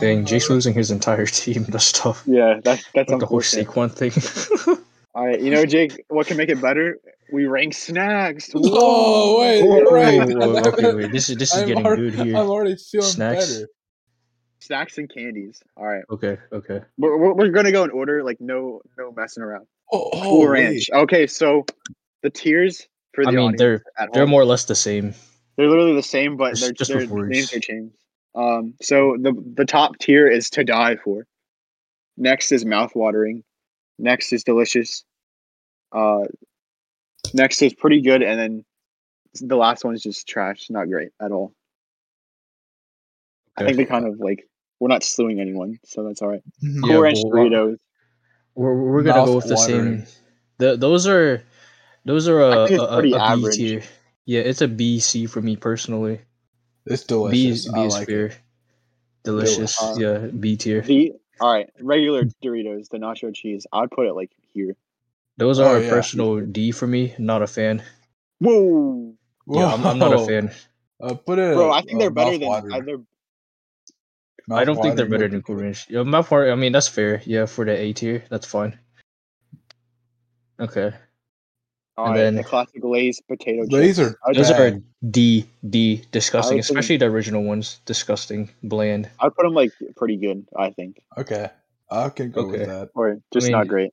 Dang, Jake's losing his entire team. That's tough. Yeah, that's that's Like the whole unfortunate. Saquon thing. All right, you know, Jake, what can make it better? We rank snacks. Oh, wait, Whoa, you're right. whoa, whoa, okay, wait. This is this is I'm getting already, good here. I'm already feeling Snacks. better. Snacks and candies. All right, Okay, okay. we're, we're, we're gonna go in order, like no no messing around. Oh, Cool holy. Ranch. Okay, so the tiers for the I mean, audience they're at they're home, more or less the same. they're literally the same, but It's their just their with words. names are changed. Um, so the the top tier is to die for. Next is mouth watering. Next is delicious. Uh, Next is pretty good, and then the last one's just trash, not great at all. I think they kind of like we're not slewing anyone, so that's all right. Mhm. Yeah, Cool Ranch well, Doritos. We're, we're gonna go with the Mouth-watering. same. The, those are those are I a, think it's a- a- pretty a B average. tier. Yeah, it's a B C for me personally. It's B delicious. is, B I is like fair. it. Delicious. Uh, yeah, B tier. The all right, regular Doritos, the nacho cheese. I'd put it like here. Those Oh, are yeah. a personal D for me. Not a fan. Whoa, Yeah, I'm, I'm not a Whoa. fan. Uh, put it. bro! at, I think uh, they're better than mouth-watering. other. I don't think they're Mouth-watering better would than be Cool good. Ranch. Yeah, my part. I mean, that's fair. Yeah, for the A tier, that's fine. Okay, All And right, then- the classic Lay's potato chips. These are I'd, those bad. are D D I disgusting, would think- especially the original ones. Disgusting, bland. I'd put them like pretty good, I think, Okay, I can go with Okay. that. or just mean, not great.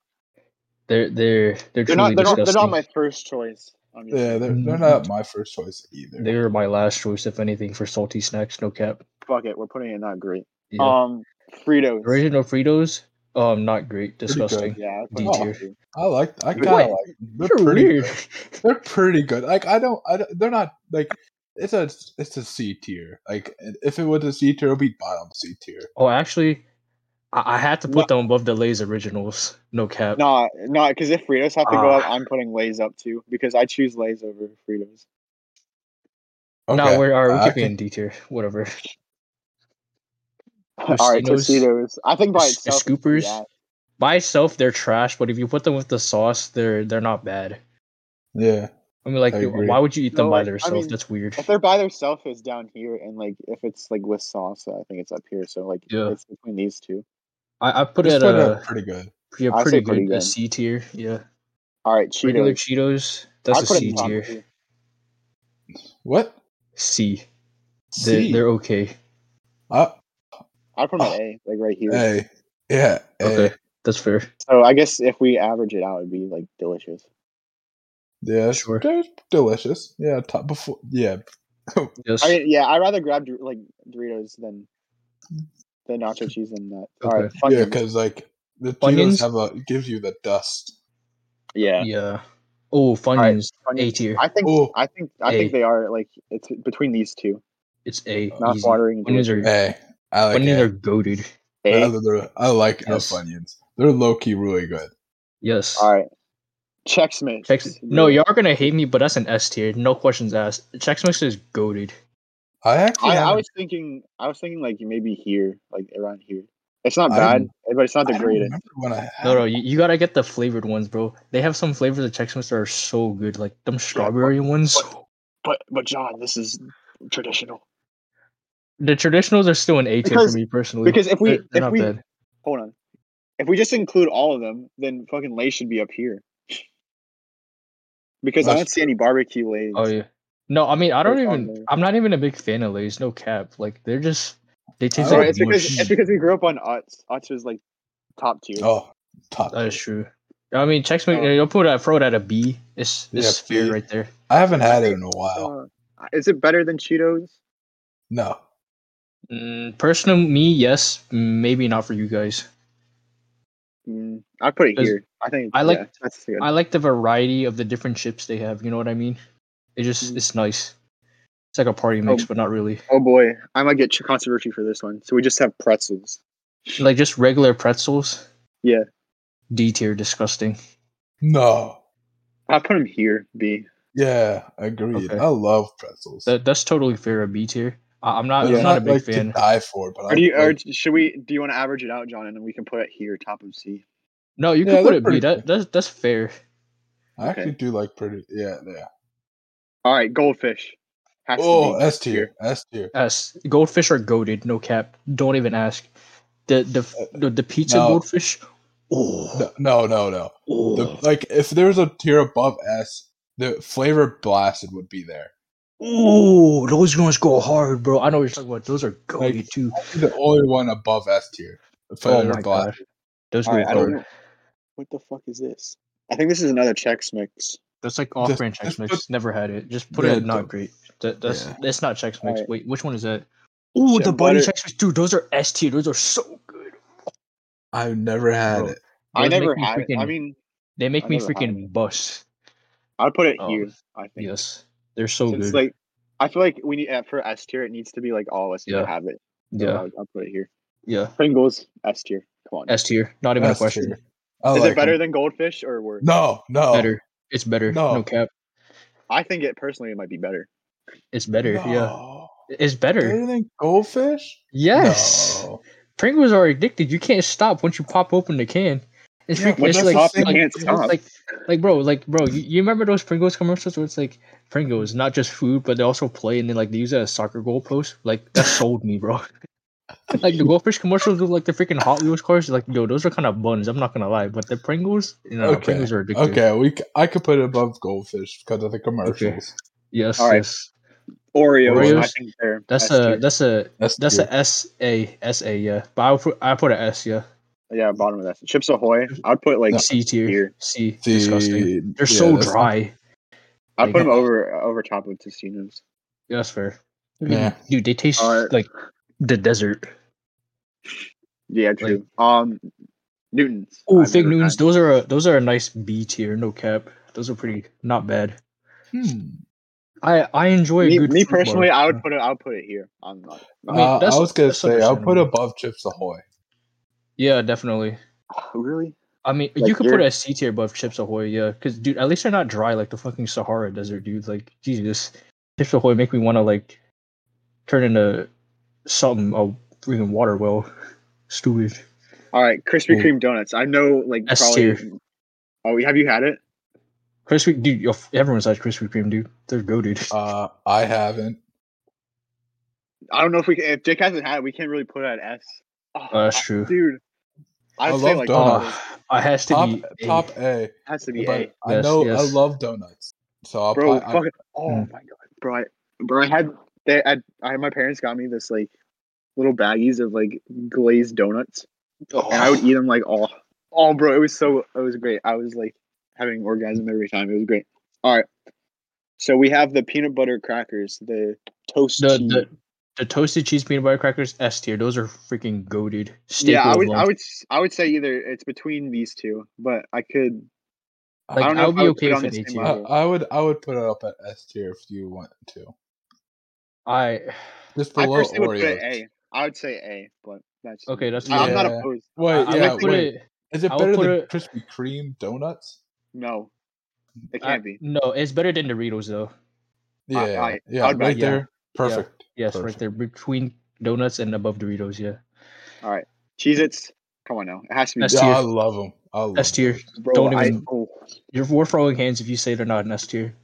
They're they're they're They're truly not. They're not. They're disgusting. not my first choice. I'm just Yeah, saying. they're, they're Mm. not my first choice either. They were my last choice, if anything, for salty snacks. No cap. Fuck it. We're putting it not great. Yeah. Um, Fritos. Original Fritos, um, not great. good. Disgusting. Yeah, I'd put D it tier. here. I like. I kind Wait, of like. Them. They're They're pretty. weird. Good. They're pretty good. Like I don't. I don't, they're not like. It's a it's a C tier. Like if it was a C tier, it'd be bottom C tier. Oh, actually, I, I had to put No. them above the Lay's originals. No cap. Nah, nah. Because if Fritos have to go Ah. up, I'm putting Lay's up too. Because I choose Lay's over Fritos. Okay. No, we're all I right, Uh, we keep it can- in D tier. Whatever. All right, Tostinos. Tostitos. I think by S- itself. it's pretty Scoopers. ass. By itself, they're trash. But if you put them with the sauce, they're they're not bad. yeah. I mean, like, I agree. why would you eat them No, by I- I themselves? mean, That's weird. If they're by themselves, it's down here, and like if it's like with salsa, I think it's up here. So like Yeah. it's between these two. I, I put This it one at uh, are a pretty good. yeah, I'd say pretty, good, pretty a good. C tier. Yeah, All right, Cheetos. regular Cheetos. That's I'd a put it C top tier. three. What C. They're, C? they're okay. Uh, I'd put them at A, like right here. A. Yeah. A. Okay, that's fair. So I guess if we average it out, it'd be like delicious. Yeah. it's- Sure. They're delicious. Yeah. Top before. Yeah. Yes. I mean, yeah, I'd rather grab Dor- like Doritos than the nacho cheese than that. All right, Okay. Yeah, Funyuns. because like the Cheetos Funyuns? have a it gives you the dust. yeah, yeah. Oh, right. Funyuns. A Funyuns. tier. I think Oh. I think I think A. they are like it's between these two. It's A. Mouth Easy. watering. and Funyuns delicious. are A. I like Funyuns A. are goaded. I A. love the- I like the Yes. Funyuns. They're low key really good. Yes. All right, Chex Mix. Chex- no, y'all are gonna hate me, but that's an S tier. No questions asked. Chex Mix is goaded. I actually I, I haven't- was thinking I was thinking like maybe here, like around here. It's not I bad, eh, don't- but it's not I the don't greatest. remember when I had. No, no, you, you gotta get the flavored ones, bro. They have some flavors of Chex Mix that are so good, like them strawberry ones. But but John, this is traditional. The traditionals are still an A tier for Because- me personally. Because if we they're, they're if not we bad. hold on, if we just include all of them, then fucking Lay should be up here. Because I That's don't see any barbecue Lays. Oh yeah. No, I mean I don't They're on even. there. I'm not even a big fan of Lay's. No cap. Like they're just they taste Oh, Bro, like it's because mush. it's because we grew up on Utz. Utz was like top tier. Oh, top. That is true. I mean, Chex Mix. Oh. You'll put that throw it at a B. It's Yeah, it's fair B. right there. I haven't had it in a while. Uh, is it better than Cheetos? No. Mm, personal me, yes. Maybe not for you guys. Mm, I put it Because here. I think I like- yeah, that's good. I like the variety of the different chips they have. You know what I mean? It just Mhm. it's nice. It's like a party mix, Oh. but not really. Oh boy, I might get ch- controversy for this one. So we just have pretzels. Like just regular pretzels. Yeah. D tier, disgusting. No. I put them here. B. Yeah, agreed. Okay. I love pretzels. That that's totally fair. A B tier. I, I'm not. They're Yeah. I'm not a big like, fan. to die for, but Or do you? I, Or like, should we? Do you want to average it out, John, and then we can put it here, top of C. No, you Yeah, can put they're it B. pretty That that's that's fair. I actually okay. do like pretty. Yeah, yeah. All right, goldfish. Has to Oh, be. S tier, S tier. S goldfish are goaded. No cap. Don't even ask. The the the, the pizza Uh, No. goldfish. Oh, No, no, no. oh, The, like if there was a tier above S, the flavor blasted would be there. oh, those ones go hard, bro. I know what you're talking about. Those are goaded Like, too. The only one above S tier. The Oh Flavor my blasted. god, those All go right, I don't hard. know. What the fuck is this? I think this is another Chex mix. That's like off-brand Chex just Mix. put- Never had it. Just put Yeah, it. Not don't- great. That, that's yeah. that's not Chex Mix. Alright. Wait, which one is that? Oh, Shit, the body butter- Chex Mix, dude. Those are S tier. Those are so good. I've never had Bro, it. I Those make never me had it. I freaking- mean, They make I me never had freaking bust. I'd put it Oh, here. I think. Yes, they're so Since good. like, I feel like we need uh, for S tier. It needs to be like all of us need Yeah. to have it. So yeah, I'll, I'll put it here. yeah. Pringles S tier. Come on. S tier. Not even S a question. tier. I Is like it better them. than Goldfish or worse? No, no. Better. It's better. No. No. cap. I think it personally might be better. It's better. Yeah. No. It's better. Better than goldfish? Yes. No. Pringles are addicted. You can't stop once you pop open the can. It's, Yeah, freaking- once it's you like, stop, you like, can't it's stop. like, like, bro, like, bro, you, you remember those Pringles commercials where it's like Pringles, not just food, but they also play and then like they use it as soccer goalpost. Like that sold me, bro. like the goldfish commercials with like the freaking Hot Wheels cars. Like, yo, those are kind of buns. I'm not gonna lie, but the Pringles, you know, Okay. Pringles are addictive. Okay, we c- I could put it above goldfish because of the commercials. Yes. All right. yes. Oreos. I Oreos? think they're That's S a tier. that's a That's that's tier. a S A S A yeah. But I put I put a S yeah. yeah bottom of that. Chips Ahoy. I'd put like No. C tier. Here. C. The- Disgusting. They're yeah, so that's- dry. I'd put Like- them over over top of Tocinos. Yeah, that's fair. Yeah. Dude, they taste Alright. like the desert. Yeah, true. um, Newtons. Ooh, I've fig never Newtons. had. Those are a, those are a nice B tier, no cap. Those are pretty not bad. Hmm. I I enjoy Me, a good. me fruit bar. personally, I Yeah. would put it. I'll put it here. I'm not. I mean, Uh, that's- I was gonna that's say I'll put understandable. above Chips Ahoy. Yeah, definitely. Oh, really? I mean, Like, you could put you're- a C tier above Chips Ahoy, yeah. Because dude, at least they're not dry like the fucking Sahara Desert, dude. Like Jesus, Chips Ahoy make me want to like turn into something a freaking water well. Stupid. All right, Krispy Ooh. Kreme donuts. I know, like S probably. tier. Oh, have you had it? Krispy, dude, yo, everyone's like Krispy Kreme, dude. They're goaded. Uh, I haven't. I don't know if we. If Jake hasn't had it, we can't really put it at S. Oh, Oh, that's I- true. dude. I'd I say love like donuts. it Oh, I has to Top be a- top A. has to be But A. I Yes, know I yes. love donuts, so I'll Bro, probably, I- fuck it. Oh Mm. my god, bro! I, bro, I had they. I, I had my parents got me this like little baggies of like glazed donuts. oh, and I would eat them like all. Oh, bro, it was so it was great. I was like having an orgasm every time. It was great. All right, so we have the peanut butter crackers, the toast. the, cheese. the the toasted cheese peanut butter crackers S tier. Those are freaking goaded. Staple yeah, I of would, lunch. I would, s- I would say either it's between these two, but I could. like, I I don't know would if be I would put okay it with on an the A same tier. I, level. I would I would put it up at S tier if you want to. I Just I below personally would put it Oreos. A. I would say A, but that's okay. That's I, am not Yeah. opposed. Wait, I, I Uh, yeah, would put wait. it. Is it I would better put than it- Krispy Kreme donuts? No, it I- can't be. no, it's better than Doritos though. Yeah, I- yeah, I'd right back- yeah. there, perfect. Yes, Perfect. right there between donuts and above Doritos. Yeah, Cheez Its, come on now, it has to be S Yeah, tier. I love them. I love S tier. those. bro. don't I, even- oh. You're we're throwing hands if you say they're not an S tier.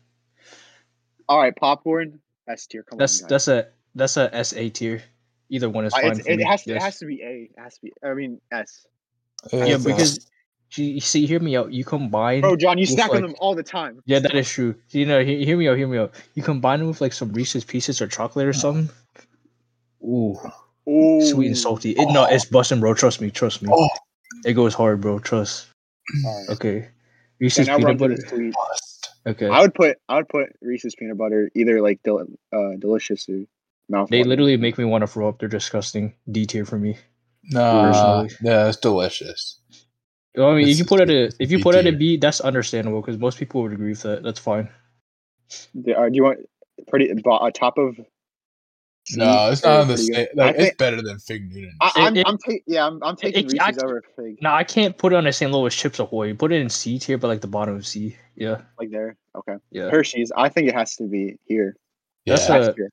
All right, popcorn, S tier. Come That's on, guys. that's a that's a S A tier. Either one is Uh, fine it's- for it me. has it yes. has to be A. It has to be. I mean S. yeah, It's, uh, because you see, hear me out. You combine Bro, John, you Just snack on like- them all the time. Yeah, that is true. You know, he- hear me out, hear me out. You combine them with like some Reese's Pieces or chocolate or something. Ooh, Ooh. sweet and salty. It, No, Oh. it's busting, bro. Trust me, trust me. oh, It goes hard, bro. Trust. All right. Okay. Okay, Reese's now we're peanut on to butter. the sweet. bust. Okay. I would put I would put Reese's peanut butter either like del- uh, delicious or mouth. They literally make me want to throw up. They're disgusting. D tier for me. Nah, Originally. yeah, it's delicious. You know what I mean, This if you is put it good. at This is a, if you B put it at a tier. B, that's understandable because most people would agree with that. That's fine. Uh, do you want pretty bo- uh, top of? C No, it's or not on the pretty good? same. Like, I think, it's better than Fig Newton. I, I'm, It- I'm ta- yeah, I'm, I'm taking it- I- Reese's over fig No, I can't put it on the same level as Chips Ahoy. You put it in C tier, but like the bottom of C. Yeah. like there. Okay, Yeah. Hershey's. I think it has to be here. That's yeah. a- S tier.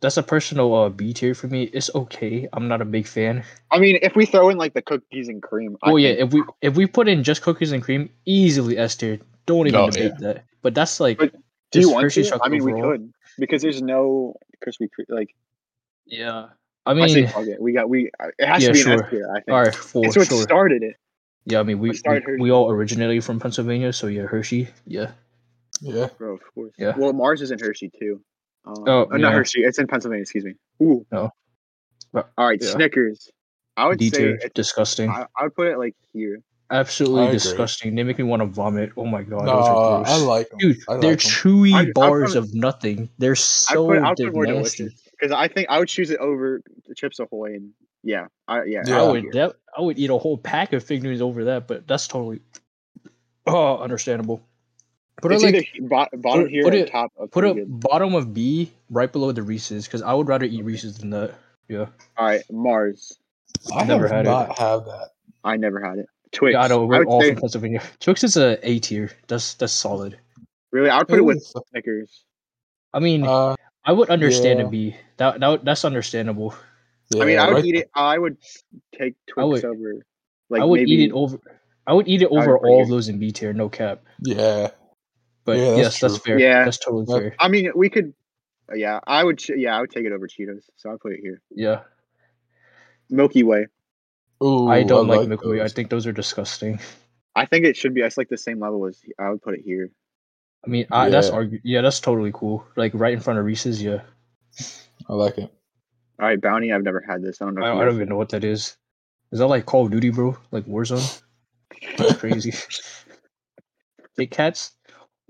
that's a personal uh, B tier for me. It's okay. I'm not a big fan. I mean, if we throw in like the cookies and cream. I Oh yeah, think- if we if we put in just cookies and cream, easily S tier. Don't even Oh, debate that. But that's like But Do you just want Hershey's to? I chocolate mean, overall. we could because there's no Krispy Kreme. Like Yeah. I I, say mean, plug it. We got we. uh, It has Yeah, to be an sure. S tier. I think. all right, for it's what sure. started it. yeah, I mean we let's start we, we all originated from Pennsylvania, so yeah, Hershey. Yeah. yeah. Bro, of course. Yeah. Well, Mars is in Hershey too. Um, Oh, not yeah. Hershey. It's in Pennsylvania. Excuse me. Ooh. No. Well, All right, yeah. Snickers. I would D say tier, it, disgusting. I, I would put it like here. I Absolutely agree. disgusting. They make me want to vomit. Oh my god, those No, are gross. I like them. Dude, I like they're 'em. chewy I'd- I'd bars put- of nothing. They're I so put I would put damn more nasty. delicious because I think I would choose it over the Chips Ahoy and yeah, I yeah. Yeah. I would that, I would eat a whole pack of fig Newtons over that, but that's totally oh understandable. Put it it's like either bot, bottom put- here put or it- top of put up pretty good. bottom of B right below the Reese's because I would rather eat Reese's than that. Yeah. All right, Mars. I never Never have had it. not have that. I never had it. Twix. Yeah, I know we're would all say- from Pennsylvania. Twix is a A tier. That's that's solid. really, I would put it with Snickers. I mean, Uh, I would understand yeah. a B. That, that would- that's understandable. I mean, yeah, I would right- eat it. I would take Twix would- over. Like I would maybe, eat it over. I would eat it would over agree. all of those in B tier, no cap. Yeah, But Yeah, that's yes, that's true. fair. Yeah. that's totally That- fair. I mean, we could. uh, Yeah, I would. ch- Yeah, I would take it over Cheetos. So I put it here. Yeah, Milky Way. Ooh, I don't like Milky Way. I those. think those are disgusting. I think it should be. It's like the same level as. I would put it here. I mean, I, that's Yeah. argu- yeah, that's totally cool. Like right in front of Reese's. Yeah, I like it. All right, Bounty. I've never had this. I don't know. I, if I you- don't even know what that is. Is that like Call of Duty, bro? Like Warzone? That's crazy. Kit Kats?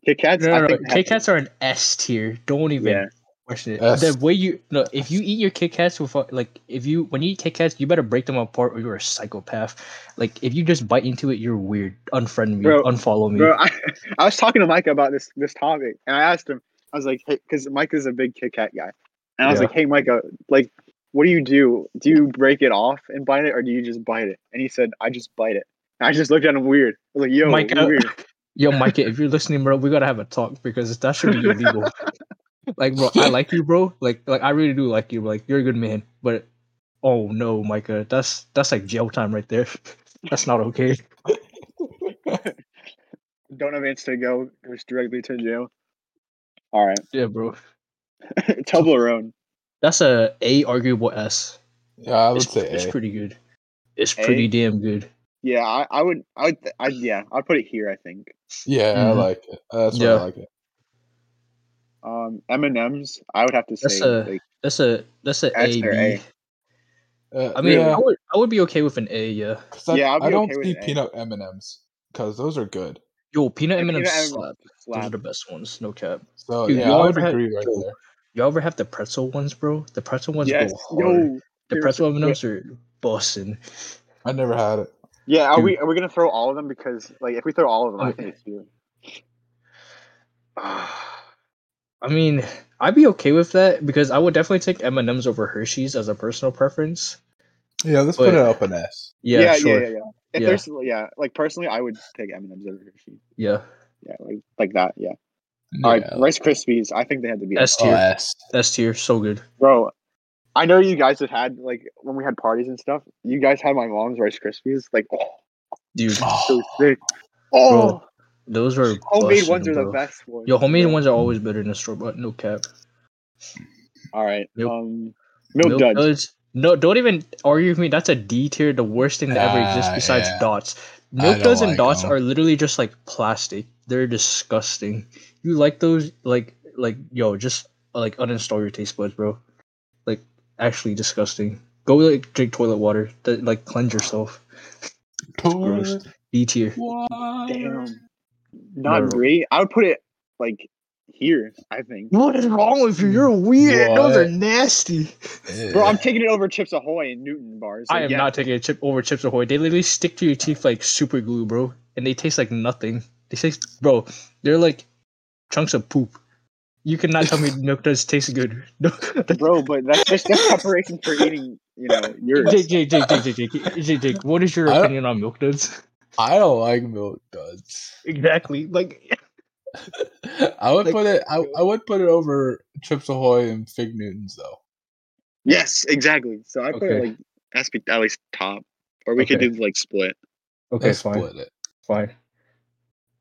Kit Kats. No, no, I no. think Kit Kats are an S tier. Don't even Yeah. question it. S. The way you no, if you eat your Kit Kats with uh, like if you when you eat Kit Kats, you better break them apart or you're a psychopath. Like if you just bite into it, you're weird. Unfriend me, Bro, unfollow me. Bro, I, I was talking to Mike about this this topic, and I asked him. I was like, "Hey," because Mike is a big Kit Kat guy, and I was Yeah. like, "Hey, Mike, uh, like, what do you do? Do you break it off and bite it, or do you just bite it?" And he said, "I just bite it." And I just looked at him weird. I was like, "Yo, Mike, you're uh, weird." Yo, Mike, if you're listening, bro, we gotta have a talk because that should be illegal. like, bro, I like you, bro. Like, like I really do like you. Like, you're a good man. But oh no, Micah, that's that's like jail time right there. That's not okay. Don't have Insta go goes directly to jail. All right, Yeah, bro. Toblerone. That's a A arguable S. Yeah, I would it's, say it's A. pretty good. It's A? pretty damn good. Yeah, I, I would, I would, I yeah, I'd put it here. I think. yeah, I Mhm. like it. That's Yeah. what I like it. Um, M and M's. I would have to That's say a- like That's a that's a S A B. or A? Uh, I mean, yeah, I would I would be okay with an A. Yeah. 'cause I, Yeah, I'll I be don't okay with see an A. peanut M and M's because those are good. Yo, peanut M And and peanut M&Ms M's slap. Those are slap. the best ones. No cap. So Dude, yeah, I y'all would ever had- agree right yo, there. Y'all ever have the pretzel ones, bro? The pretzel ones Yes, go hard. yo. The They're pretzel so M&Ms are bussin'. I never had it. Yeah, are Dude. we are we gonna throw all of them? Because like if we throw all of them, I Okay. think it's you. I mean, I'd be okay with that because I would definitely take M&Ms over Hershey's as a personal preference. Yeah, let's But- put it up an S. Yeah, yeah, sure. yeah, yeah, If Yeah. there's yeah, like personally, I would take M and M's over Hershey. yeah. Yeah, like like that. Yeah. Yeah, All right, Rice Krispies. I think they had to be S oh, tier. S. S tier, so good. bro. I know you guys have had like when we had parties and stuff. You guys had my mom's Rice Krispies. Like oh, Dude, so Oh, sick. Oh, those are homemade bussin', ones are the bro. best ones. Yo, homemade Yeah. ones are always better in the store, but no cap. All right. Milk- Um, milk, duds. No, don't even argue with me. That's a D tier, the worst thing that ever exists Ah, besides yeah. dots. I Milk don't duds and like dots 'em. are literally just like plastic. They're disgusting. You like those? Like, like, yo, just like uninstall your taste buds, bro. Like, actually disgusting. Go like drink toilet water. Th- like, cleanse yourself. Tour. D tier. Damn. No, no. Not great. I would put it like here. I think. What is wrong with you? You're weird. Those are nasty. Bro, I'm taking it over Chips Ahoy and Newton bars. I Like, am yeah, not taking a chip over Chips Ahoy. They literally stick to your teeth like super glue, bro, and they taste like nothing. They taste, bro, they're like chunks of poop. You cannot tell me milk does taste good. No, bro. But that's just that's preparation for eating. You know, yours. Jake, Jake, Jake, Jake, Jake, Jake, Jake, Jake, what is your I don't- opinion on milk duds? I don't like milk duds. Exactly, like I would Like- put it. I, I would put it over Chips Ahoy and Fig Newtons though. Yes, exactly. So I put it Okay. like that's be- at least top, or we could Okay. do like split. okay, Let's fine, split it. fine.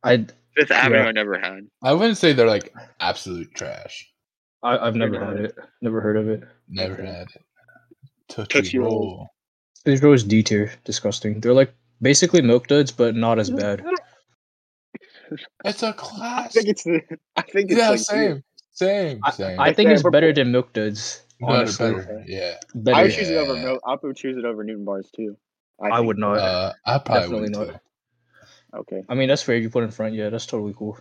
I, Fifth Avenue, Yeah. I never had. I wouldn't say they're like absolute trash. I I've never Never had had it, never heard of it. Never Okay. had it. Tootsie, Tootsie roll. Rolls. These rolls D tier, disgusting. They're like basically milk duds, but not as bad. It's a I class. think it's the. I think it's yeah, like same, here. same, I, same. I Like think that it's we're- better than milk duds. Better, Honestly, better, Yeah, better. I would choose it over Yeah. milk. I would choose it over Newton bars too. I think. would not. uh, I probably Definitely wouldn't. not. too. Okay. I mean, that's fair. You put in front. Yeah, that's totally cool.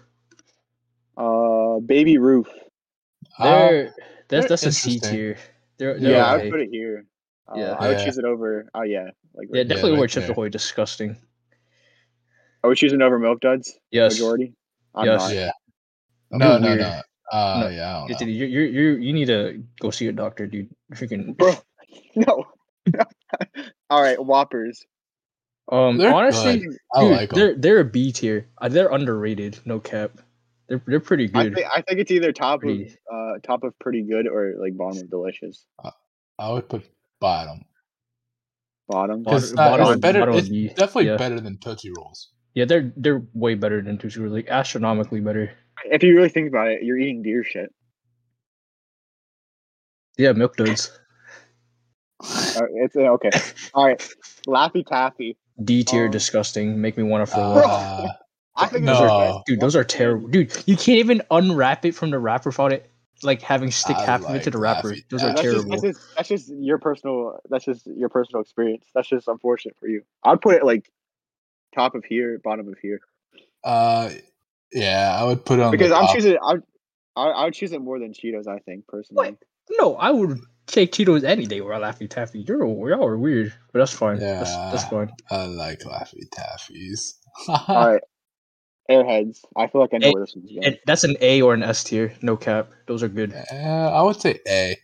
Uh, Baby Roof. Uh, They're, that's they're that's a C interesting. tier. They're, they're Yeah, yeah, I okay. would put it here. Uh, Yeah. I would Yeah. choose it over. Oh yeah, like yeah, definitely right over Chips there. Ahoy. Disgusting. Are we choosing over milk duds? Yes. Majority. I'm Yes. not. Yeah. I'm No, no, weird. no. Uh, No. yeah. I don't know. Anthony, you you you you need to go see a doctor, dude. Freaking Bro, no. All right, Whoppers. um, They're honestly, good. dude, I like them. they're they're a B tier. Uh, They're underrated, no cap. They're they're pretty I good. think I think it's either top of Pretty- uh top of pretty good or like bottom of delicious. I would put bottom. Bottom. Bottom- it's Bottom- not- uh, it's bottom- better- bottom it's B. Definitely yeah. better than Tootsie Rolls. Yeah, they're they're way better than Tootsie Rolls, like astronomically better. If you really think about it, you're eating deer shit. Yeah, milk duds. Uh, it's okay. All right, Laffy Taffy. D tier, Um, disgusting. Make me want to throw up. Uh, I think No. those are Dude, those are terrible. Dude, you can't even unwrap it from the wrapper without it like having to stick I half of it to like the wrapper. Laffy Those Taffy. are That's just, terrible. that's just that's just your personal that's just your personal experience. That's just unfortunate for you. I'd put it like top of here, bottom of here. uh, yeah, I would put it on Because the I'm top. choosing I I I would choose it more than Cheetos, I think, personally. No, I would take Cheetos any day over Laffy Taffy. You're y'all are weird, but that's fine. That's, that's Yeah. fine. I like Laffy Taffies. All right. Airheads. I feel like I know Hey, where this one's going. And that's an A or an S tier. No cap. Those are good. Yeah, Eh, I would say A.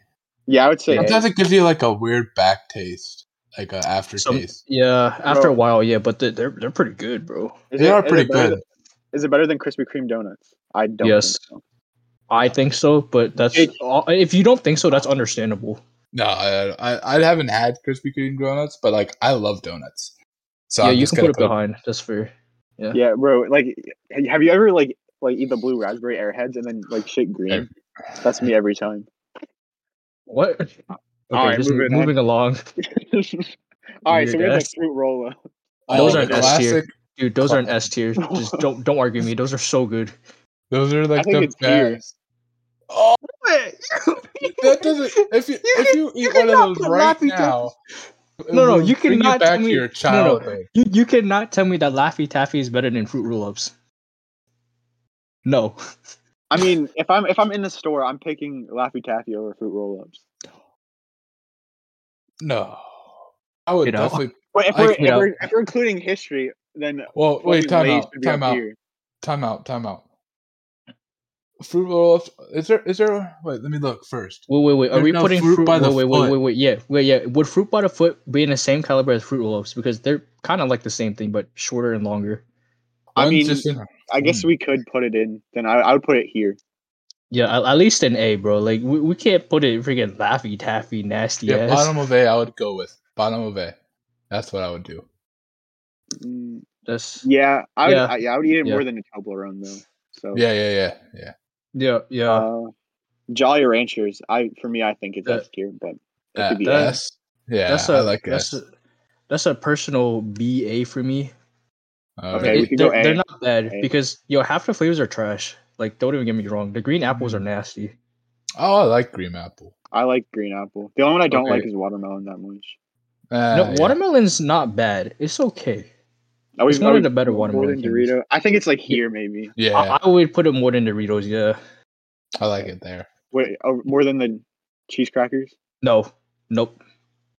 Yeah, I would say Yeah. A. Sometimes it gives you like a weird back taste, like an Some, aftertaste. yeah, after Bro. a while, yeah, but they're they're, they're pretty good, bro. Is they it- are is it pretty better good. than- is it better than Krispy Kreme donuts? I don't Yes. think so. I think so, but that's It- if you don't think so, that's understandable. No, I, I I haven't had Krispy Kreme donuts, but like I love donuts. So yeah, I'm you just can put gonna it behind. That's fair. Yeah, bro. Like have you ever like like eat the blue raspberry airheads and then like shit green? That's me every time. What? Okay, right, just moving on. moving along. All right, so we have Weird the ass. fruit roll up. Those Oh, are the S tier. classic. Dude, those are an S tier. Just don't don't argue with me. Those are so good. Those are I like think the it's here. best. Oh, no, that doesn't. If you, if can- you you eat one of cannot those put right Laffy now, it no, will you bring cannot back tell me. your No, childhood. no, you, you cannot tell me that Laffy Taffy is better than Fruit Roll Ups. No, I mean, if I'm if I'm in the store, I'm picking Laffy Taffy over fruit roll ups. No, I would You know? definitely. But if I- we're, you if know. we're if we're including history, then Well, wait, fucking time Lay's out, should be time up out, here. time out, time out. Fruit roll ups. Is there? Is there? Wait, let me look first. wait, wait, wait. Are There's we no putting Fruit fruit? by the wait, wait, wait, Foot. wait, wait. Yeah, wait, yeah. Would fruit by the foot be in the same caliber as Fruit Roll Ups because they're kind of like the same thing but shorter and longer? I One's mean, just in- I guess Hmm. we could put it in. Then I, I would put it here. Yeah, at, at least an A, bro. Like we, we can't put it freaking Laffy Taffy nasty yeah, ass. bottom of A. I would go with bottom of A. That's what I would do. Mm, That's yeah, I would. Yeah. I, yeah, I would eat it Yeah. more than a Toblerone though. So Yeah, yeah, yeah, yeah. yeah, yeah. uh, Jolly Ranchers. I for me, I think it's That- up here, but it That, could be that- S. S. Yeah, that's a I like that's S. a, that's a personal BA for me. All Okay, right. we could they're, go A. they're not bad A. because yo half the flavors are trash. Like don't even get me wrong, the green apples Mm-hmm. are nasty. Oh, I like green apple. I like green apple. The only one I don't Okay. like is watermelon that much. Uh, no, yeah. watermelon's not bad. It's okay. Are we, It's one are of the we better more watermelon than candies. Dorito. I think it's like here maybe. Yeah, I, I would put it more than Doritos. Yeah. I like it there. Wait, oh, more than the cheese crackers. No. Nope.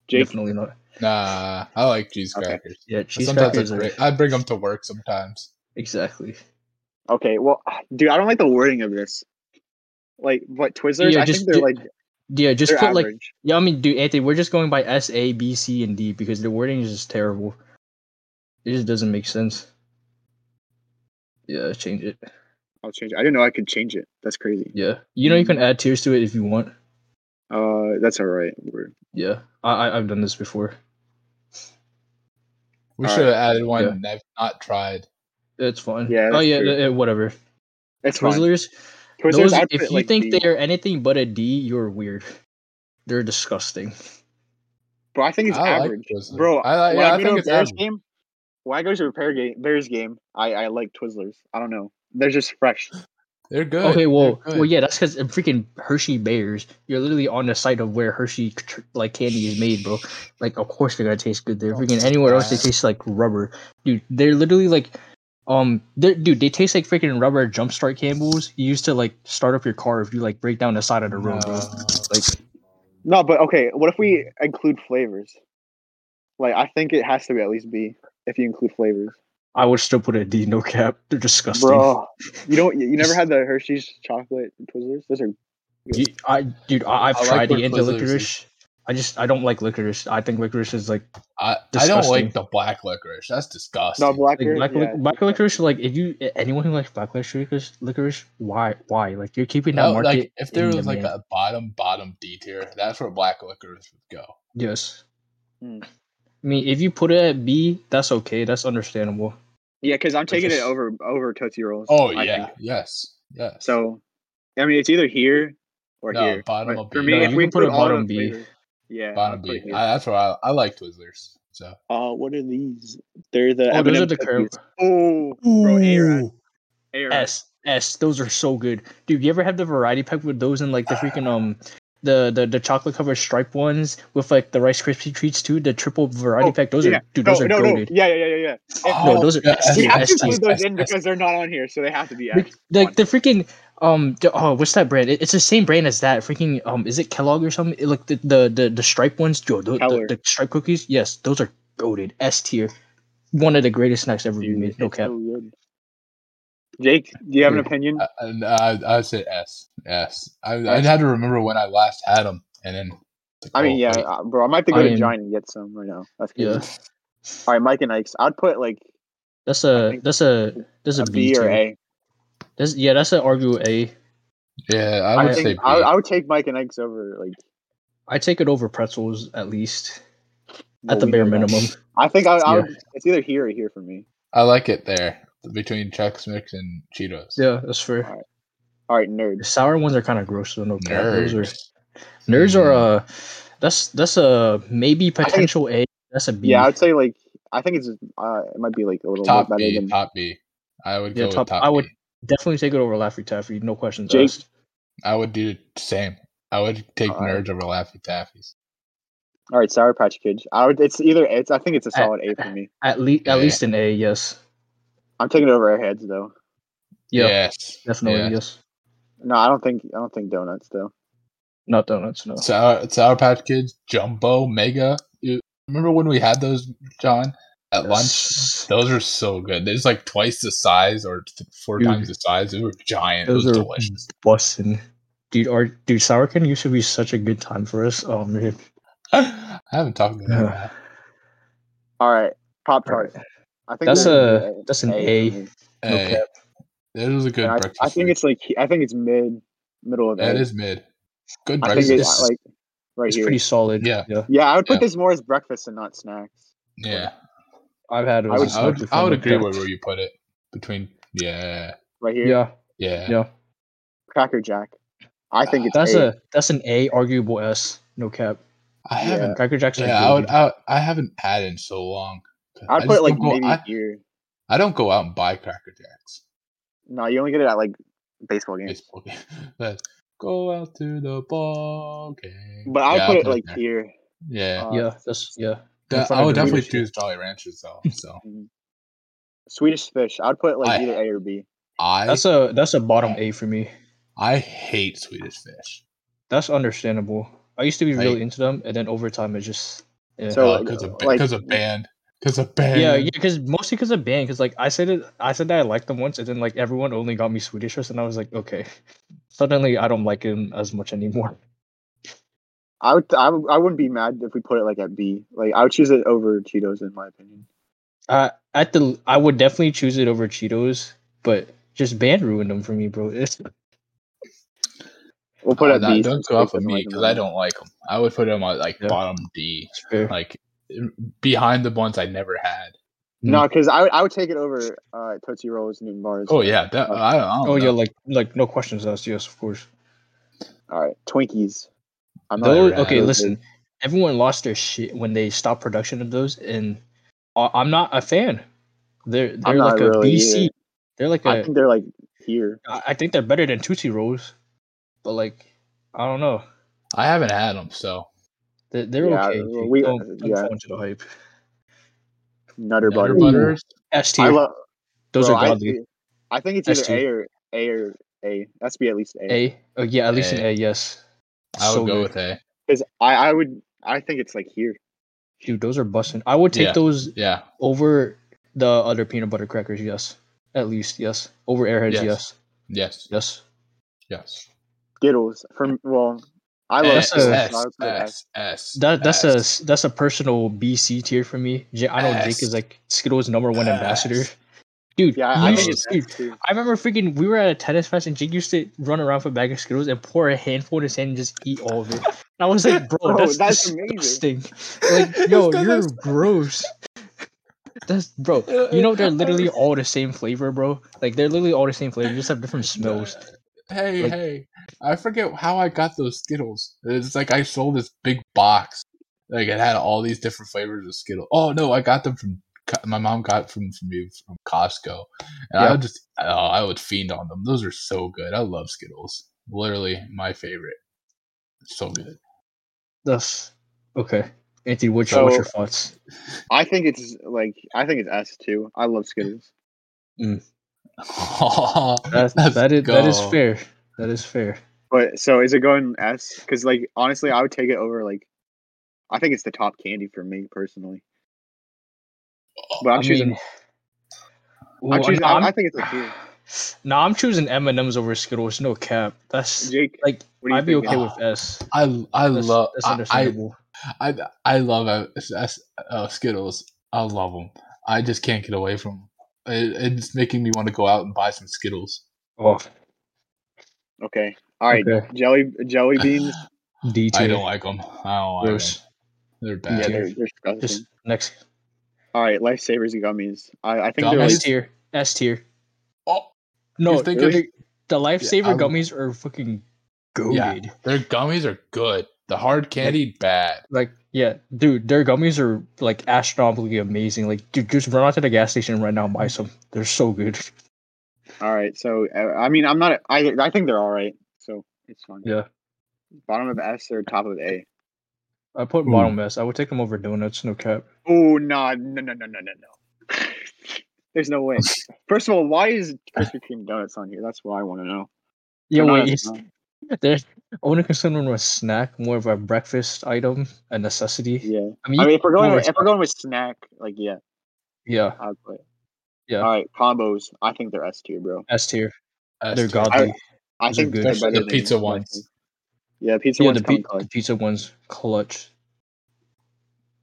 Jake, Definitely not. Nah, I like cheese Okay. crackers. Yeah, cheese sometimes I crackers. Are, bring, I bring them to work sometimes. exactly. Okay, well, dude, I don't like the wording of this. Like, what Twizzlers? Yeah, I just think they're ju- like Yeah, just they're put like average. yeah. I mean, dude, Anthony, we're just going by S, A, B, C, and D because the wording is just terrible. It just doesn't make sense. Yeah, change it. I'll change. It. I didn't know I could change it. That's crazy. Yeah, you know you can add tiers to it if you want. Uh, that's all right. We're- Yeah, I, I I've done this before. We All should have added one Yeah. that I've not tried. It's fine. Yeah, oh that's yeah, true. th- eh, whatever. It's fine. Twizzlers. Twizzlers. those, I'd put if it, you like, think B. they are anything but a D, you're weird. They're disgusting. bro, I think it's I average, like Twizzlers. bro. I, like, when yeah, I I go think to a it's Bears average. game, when I go to a Bear game, Bears game, I I like Twizzlers. I don't know. They're just fresh. They're good. okay, They're well, good. well, yeah, that's because freaking Hershey Bears. You're literally on the site of where Hershey tr- like candy is made, bro. Like, of course they're gonna taste good. They're Oh, freaking anywhere else they God. taste like rubber, dude. They're literally like, um, they're, dude, they taste like freaking rubber jumpstart Campbells you used to like start up your car if you like break down the side of the road, bro. Like, No, but okay. What if we include flavors? Like, I think it has to be at least B if you include flavors. I would still put a D, no cap. They're disgusting. Bro, you don't. You never had the Hershey's chocolate Twizzlers? Those are. You, I dude, I, I've I like tried what to get into Twizzlers is. licorice. I just I don't like licorice. I think licorice is like I, I don't Disgusting. like the black licorice. That's disgusting. No black. like Berry- black, yeah. lic black licorice. Like if you anyone who likes black licorice, licorice, why why like you're keeping that No, market? Oh, like if there in was like demand. a bottom bottom D tier, that's where black licorice would go. yes, Mm. I mean if you put it at B, that's okay. That's understandable. Yeah, because I'm taking just- it over over Tootsie Rolls. Oh I yeah, think. yes, yes. So, I mean, it's either here or No, here. bottom But will for be- me, No, if you we can put a include all bottom the B. flavors- Yeah, bottom I'll put B. it here. I, that's where I, I like Twizzlers. So Uh, what are these? They're the. oh, those M&M are the curve. cookies. Oh, bro, A right, A right. S S. Those are so good, dude. You ever have the variety pack with those and like the freaking um. The, the, the chocolate covered stripe ones with like the rice crispy treats too the triple variety Oh, pack those yeah. are dude No, those are no, no. goaded. Yeah, yeah, yeah, yeah. Oh, no those are yeah, S We tier dude, have to S tier include those S, in because they're not on here, so they have to be Like X. like the freaking um the, oh what's that brand? It- it's the same brand as that freaking um is it Kellogg or something? It- like the the the, the stripe ones, yo, the, Keller. the, the stripe cookies. Yes, those are goaded S tier. One of the greatest snacks ever Dude, made. No it's cap. uh, so good. Jake, do you have an Yeah. opinion? I, I, I would uh, say S. S. I, I S. had to remember when I last had them, and then. it's like, I mean, oh, yeah, wait. uh, bro. I might have to go I to am- Giant and get some right now. That's crazy. Yeah, All right, Mike and Ike's. I'd put like that's I a think that's a that's a a B B or tier. A. That's yeah, that's an argue A. yeah, I I would think say B. I, I would take Mike and Ike's over like I take it over pretzels at least at what the we bare know now. minimum. I think I, I Yeah. would. It's either here or here for me. I like it there between Chex Mix and Cheetos. Yeah, that's fair. All right, The nerds. sour ones are kind of gross though. No cap. Those are Nerds. nerds are Mm. uh that's that's a maybe think it's- potential A. That's a B. Yeah, I'd say like I think it's uh it might be like a little top more better B. than Top B. I would Yeah, go top- with top I would- B. definitely take it over Laffy Taffy. No questions Jake? asked. I would do the same. I would take All right. nerds over Laffy Taffy's. All right, Sour Patch Kids. I would. It's either. It's. I think Eh. it's a solid A for me. At least, at Yeah. least an A. Yes. I'm taking it over our heads though. Yeah. Yes. Definitely Yeah. yes. No, I don't think. I don't think donuts though. Not donuts. No. Sour, Sour Patch Kids, Jumbo, Mega. You- Remember when we had those, John, at lunch? Yes. Those are so good. They're just like twice the size or th- four Dude. times the size. They were giant. Those it was are delicious. bussin'. Dude, our dude sour can used to be such a good time for us. Oh man. I haven't talked to them. Yeah. All right, Pop All right. Tarts. I think That's they're a that's an for A. me. No Hey, cap. that was a good And I, breakfast. I think food. it's like I think it's mid middle of that A. is mid. Good I think breakfast. it, This- like right It's here. pretty solid. Yeah. Yeah. yeah, I would put yeah. this more as breakfast and not snacks. yeah, I've had it. I I as would. a I would- snack would, before, I would no agree cap. with where you put it between. Yeah, Right here, Yeah. yeah. Yeah. Cracker Jack. I think it's That's A. a that's an A. Arguable S. No cap. I haven't. Cracker Jacks are Yeah, I would. goated. I, I haven't had in so long. I I'd put just it like don't go- maybe I- here. I don't go out and buy Cracker Jacks. No, you only get it at like baseball games. Baseball game. Let's go out to the ball game. But I Yeah, put I'll it like there. here. yeah. uh, yeah. That's yeah. That- front I of would the definitely leadership. choose Jolly Ranchers though. So Swedish Fish. I'd put like I- either A or B. I That's a that's a bottom A for me. I hate Swedish Fish. That's understandable. I used to be really Like- into them, and then over time it just yeah, So, like, because uh, of like- because of band because of band. yeah, yeah, because mostly because of band. Because like I said it, I said that I liked them once, and then like everyone only got me Swedish Fish, and I was like, okay, suddenly I don't like him as much anymore. I would. I, would, I wouldn't be mad if we put it like at B. Like I would choose it over Cheetos in my opinion. Uh, at the I would definitely choose it over Cheetos, but just band ruined them for me, bro. It's, We'll put it Uh, at nah, B. don't since go Jake off of doesn't me like them because that I much. don't like them. I would put them on like Yeah. bottom D, it's fair. like behind the ones I never had. No, because I would. I would take it over uh, Tootsie Rolls, Newton Bars. Oh yeah, Uh, that, I, I don't oh yeah, know. like like no questions asked. Yes, of course. All right, Twinkies. I'm Those- Those, ever had okay, those listen. Everyone lost their shit when they stopped production of those, and I- I'm not a fan. They're they're not like a really BC. either. They're like I a. think they're like here. I I think they're better than Tootsie Rolls, but like I don't know. I haven't had them, so They're, they're Yeah, okay. well, Jake. we- uh, don't, don't yeah. fall into the hype. Nutter Nutter butter. butters. S I tier. love. Those bro, are I- godly. I think it's S either A or A or A. That's be at least A. A. Oh, yeah, at least an A. A. Yes. I would So go good. with A. Because I, I would I think it's like here. Dude, those are busting. I would take Yeah. those Yeah, over the other peanut butter crackers, yes. At least, yes. Over airheads, Yes. yes. Yes. Yes. Yes. Skittles. From well, I love S, That's a- Skittles. so I S, would put S. S, S. That that's S. a that's a personal BC tier for me. J- I know Jake Yes. is like Skittles number one ambassador. Yes. Dude, Yeah, you I, I think should- it's dude, S too. I remember freaking we were at a tennis match and Jake used to run around with a bag of Skittles and pour a handful in his hand and just eat all of it. And I was like, bro, Bro, that's, Oh, that's disgusting. Like, yo, you're gross. That's bro. You know they're literally all the same flavor, bro. Like they're literally all the same flavor, just have different smells. Hey, Like- hey! I forget how I got those Skittles. It's like I sold this big box, like it had all these different flavors of Skittles. Oh no, I got them from Co- my mom got from from me from Costco, and I Yeah. would just oh, I would fiend on them. Those are so good. I love Skittles. Literally my favorite. So good. That's okay. Anthony, what's, So- what's your thoughts? I think it's like I think it's S too. I love Skittles. That, Let's that is that is go. fair. That is fair. But so is it going S? Because like honestly, I would take it over like I think it's the top candy for me personally. But I'm I choosing. mean, I'm well, choosing. no, I, I'm, I think it's a two. no, I'm choosing M and M's over Skittles. No cap. That's Jake, like what do you I'd be think? okay with S. I I That's, love that's I, I understandable. I I love uh, S- S- uh, Skittles. I love them. I just can't get away from 'em. It, it's making me want to go out and buy some Skittles. oh, Okay. All right. Okay. Jelly jelly beans. D I tier. don't like them. I don't like 'em. Gross. They're yeah, bad. tier. they're, they're disgusting. Just next All right, lifesavers gummies. I, I think Gummies? they're like S tier. S tier. oh, No, You think it's- they're- the lifesaver I'm- gummies are fucking Yeah. goaded. their gummies are good. The hard candy, bad. Like yeah, dude, their gummies are like astronomically amazing. Like, dude, just run out to the gas station right now and buy some. They're so good. all right. So uh, I mean, I'm not. I I think they're all right. So it's fine. Yeah. Bottom of S or top of A. I put Ooh. bottom S. I would take them over donuts. No cap. Oh no no no no no no no. There's no way. First of all, why is Krispy Kreme donuts on here? That's what I want to know. Yeah, They're not uh, wait. as- it's- They're, I want to consider them a snack, more of a breakfast item, a necessity. Yeah. I mean, I you- mean, if we're going more with, if we're snack. going with snack, like yeah, yeah, I'd play. it. Yeah. All right, combos. I think they're S tier, bro. S tier. S They're tier. godly. I Those are think good. they're Especially better the than pizza Life ones. Savers. Yeah, pizza yeah, ones the, come pi- clutch. the pizza ones clutch.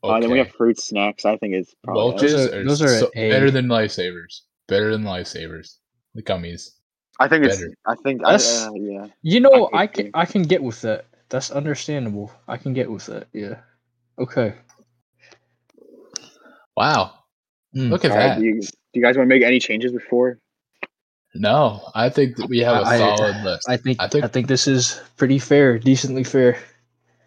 Uh, then we Okay. have Oh, fruit snacks. I think it's probably S. Welch's Those are, are- those are so- A. better than lifesavers. Better than lifesavers. The gummies. I think it's. Better. I think. I, That's- uh, yeah. You know, I I think can I can get with that. That's understandable. I can get with that. Yeah. Okay. Wow. Mm. Look at All right, that. do, you, do you guys want to make any changes before? No, I think that we have a I- I- solid list. I think, I I think- think this is pretty fair, decently fair.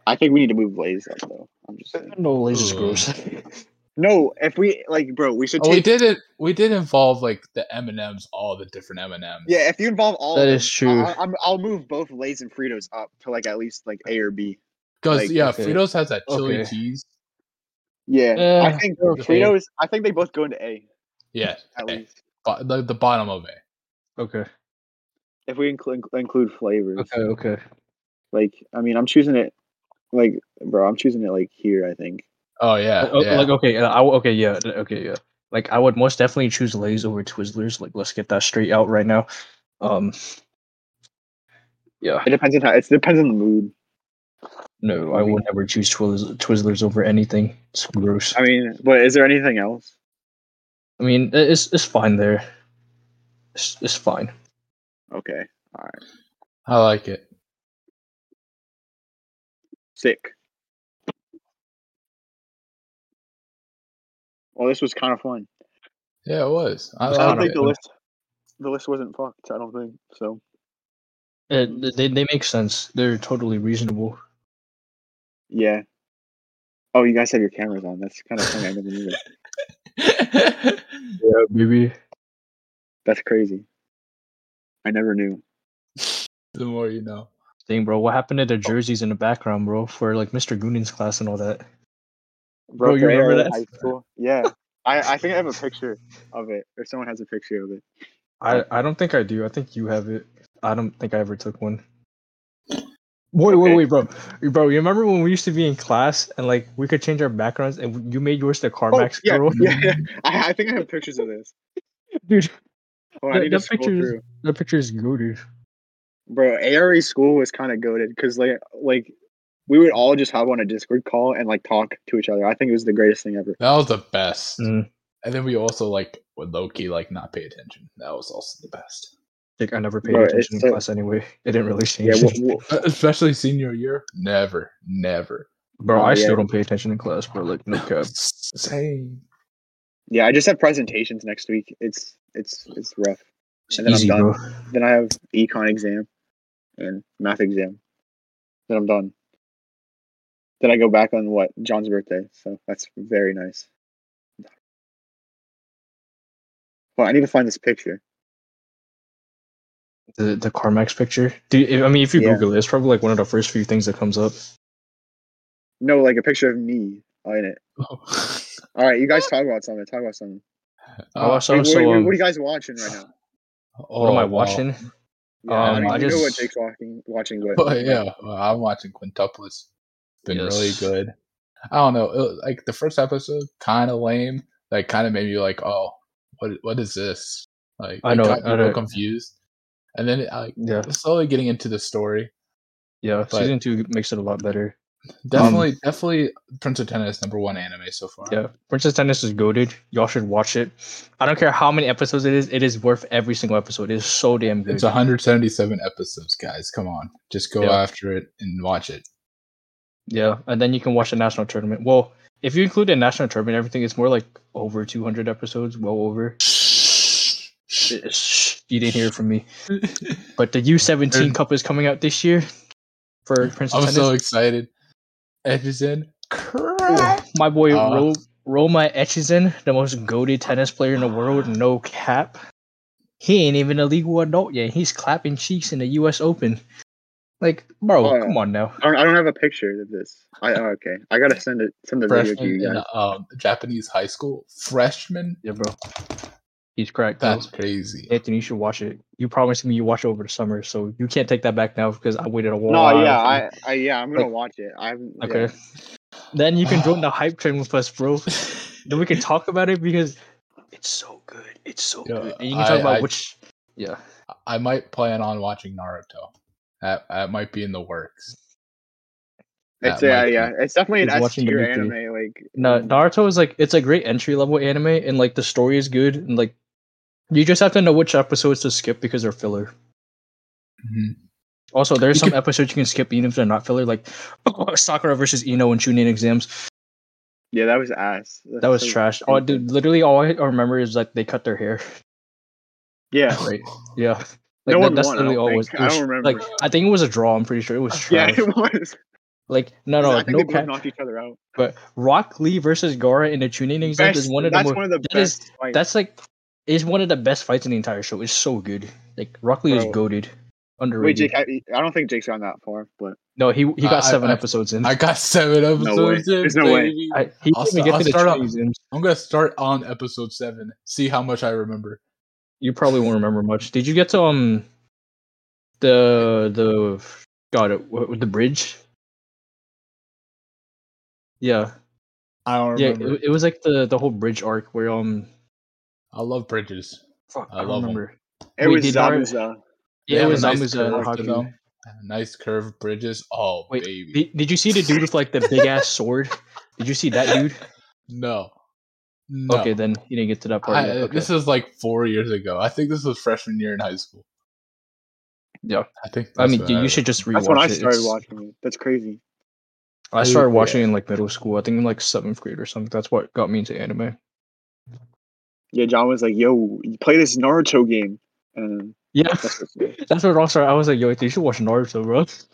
I think we need to move Blaze up though. I'm just saying. No, Lays is Ooh. gross. No, if we like, bro, we should Oh, we take. did it. We did involve like the M and M's, all the different M and M's. yeah, if you involve all That of is them, true. I, I'm, I'll move both Lay's and Fritos up to like at least like A or B. because like, yeah, okay. Fritos has that chili Okay. cheese. Yeah, I Eh, think they're okay. Fritos. I think they both go into A Yeah, at Okay. least bo- the, the bottom of it. Okay. if we include include flavors. Okay. Okay. Like, I mean, I'm choosing it. Like, bro, I'm choosing it like here. I think. Oh yeah, Like, o- yeah. like okay, uh, I w- okay, yeah, th- okay, yeah. Like I would most definitely choose Lay's over Twizzlers. Like let's get that straight out right now. Um, yeah, It depends on how. It depends on the mood. no, Hmm. I would never choose Twizzlers, Twizzlers over anything. It's gross. I mean, but is there anything else? I mean, i- it's it's fine there. It's, it's fine. Okay, I like it. sick. Well, this was kind of fun. Yeah, it was. I, I I liked don't don't think it. the list the list wasn't fucked. I don't think so. Uh, th- they they make sense. They're totally reasonable. Yeah. Oh, you guys have your cameras on. That's kind of funny. I never knew that. Yeah, baby. That's crazy. I never knew. the more you know. Thing, bro. What happened to the jerseys in the background, bro? For like Mr. Goonin's class and all that. Bro, you for remember ARO that? High school. Yeah. I, I think I have a picture of it, or someone has a picture of it. I I don't think I do. I think you have it. I don't think I ever took one. Wait, Okay. wait, wait, bro, bro. You remember when we used to be in class and like we could change our backgrounds and you made yours the Carmax Oh, yeah, girl, yeah, yeah. I, I think I have pictures of this. dude? Hold on, I That- need to that scroll picture is- through. That picture is good, dude. Bro, ARE school was kind of goaded because like like we would all just hop on a Discord call and like talk to each other. I think it was the greatest thing ever. That was the best. Mm. And then we also like would low key like not pay attention. That was also the best. Like I never paid Bro, it's attention in so- class anyway. It didn't really change. Yeah, well, anything. well, Uh, Especially senior year. Never, never. bro, Oh, I yeah. still don't pay attention in class, bro. Like no cap. Same. yeah, I just have presentations next week. It's it's it's rough. And then Easy, I'm done. bro. Then I have econ exam and math exam. Then I'm done. Then I go back on what John's birthday, so that's very nice. Well, I need to find this picture. The the Carmax picture, dude. if- I mean, if you Yeah. Google it, it's probably like one of the first few things that comes up. No, like a picture of me in it. Oh. All right, you guys talk about something. Talk about something. I watched. I Uh, Wait, what, was so. what- Um, what are you Oh, guys watching right now? what am I wow. watching? Yeah, I, Um, don't I even know what just- Jake's watching. Watching, but Oh yeah, well, I'm watching Quintuplets. It's been really Yes. good. I don't know, it, like the first episode, kind of lame. Like, kind of made me like, oh, what what is this? Like, I it know, got me I real know. confused. And then it, like, Yeah, slowly getting into the story. yeah. But- season two makes it a lot better. Definitely, definitely, Prince of Tennis number one anime so far. Yeah, Princess Tennis is goaded. Y'all should watch it. I don't care how many episodes it is. It is worth every single episode. It is so damn good. It's 177 episodes, guys. Come on, just go Yeah. after it and watch it. yeah, and then you can watch the national tournament. Well, if you include the national tournament, and everything it's more like over two hundred episodes, well over. Shh, You didn't hear it from me. But the U seventeen There's- Cup is coming out this year for Princess I'm Tennis. so excited. Edges in. Crap. My boy Uh. Ro- Roma Etchison, the most goaded tennis player in the world, no cap. He ain't even a legal adult yet. He's clapping cheeks in the U.S. Open. Like, bro, Oh, yeah. come on now. I don't, I don't have a picture of this. I oh, okay. I gotta send it. Send the video to freshman you in guys. um, Japanese high school. Freshman? Yeah, bro. He's correct. That's crazy. Anthony, you should watch it. You promised me you watch it over the summer, so you can't take that back now because I waited a while. No, yeah, I, I, yeah, I'm gonna Like- watch it. I'm Okay. Then you can join the hype train with us, bro. then we can talk about it because it's so good. It's so Yeah, good. And you can talk I- about I- which. Yeah. I might plan on watching Naruto. That, that might be in the works. Yeah, it's That yeah, might be- uh, yeah. It's definitely an He's S watching the tier big three. anime. Like um, No, Naruto is like it's a great entry level anime, and like the story is good, and like you just have to know which episodes to skip because they're filler. Mhm. Also, there's You some could- episodes you can skip even if they're not filler, like Sakura versus Ino and Chunin exams. yeah, that was ass. That was trash. Oh, dude, literally all I I remember is like they cut their hair. Yeah, Right? Yeah. Like, No that- one that's won, I literally don't all it was. think. it I was- don't remember. Like I think it was a draw. I'm pretty sure it was yeah, trash. it was. Like no, no, I think no they both cap. knocked each other out. But Rock Lee versus Gara in the Chunin exams Best- is one of the that's most. one of the that is- best. fights. That's like is one of the best fights in the entire show. It's so good. Like Rock Lee is Bro. goaded, Wait, underrated. Jake, I, I don't think Jake's gone that far, but no, he he got I- I- seven I- episodes in. I I, got seven way. episodes in. There's no way. baby. he I'll didn't even st- get I'll to the start training off- exams. I'm going to start on episode seven, see how much I remember. You probably won't remember much. Did you get to um the the God it what, the bridge? Yeah, I don't yeah. remember. It, it was like the the whole bridge arc where um I love bridges. fuck I I, don't love 'em. remember. it Wait, was did Naruto- Zabuza. They Yeah, uh, it have a was nice Zabuza and curve to Haku. them. Nice curved bridges. Oh, Wait, baby. Did, did you see the dude with like the big ass sword? Did you see that dude? No. No. Okay, then you didn't get to that part I, uh, yet. Okay. This is like four years ago. I think this was freshman year in high school. Yeah. I think. I that's mean, when you, I- you should just rewatch That's when I it. started It's- watching it. That's crazy. I I- started Oh, yeah. watching it in like middle school. I think in like seventh grade or something. That's what got me into anime. Yeah, John was like, "Yo, you play this Naruto game," and Yeah, that's what that's what it all started. I was like, yo, you should watch Naruto, bro. It's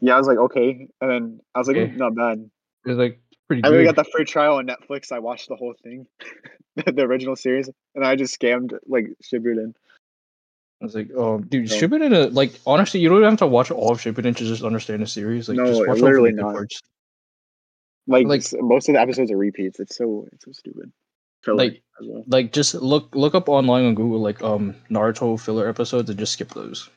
Yeah, I was like, okay, and then I was like, Okay. "Ooh, not bad. like pretty And we got good. the free trial on Netflix. I watched the whole thing, the original series, and I just scammed like Shippuden. I was like, oh, dude, No. Shippuden. Is, like, honestly, you don't have to watch all of Shippuden to just understand the series. Like, No, just watch all of literally the good not. parts. Like, Like- s- most of the episodes are repeats. It's so it's so stupid. Filler Like, as well. like just look look up online on Google like um Naruto filler episodes and just skip those.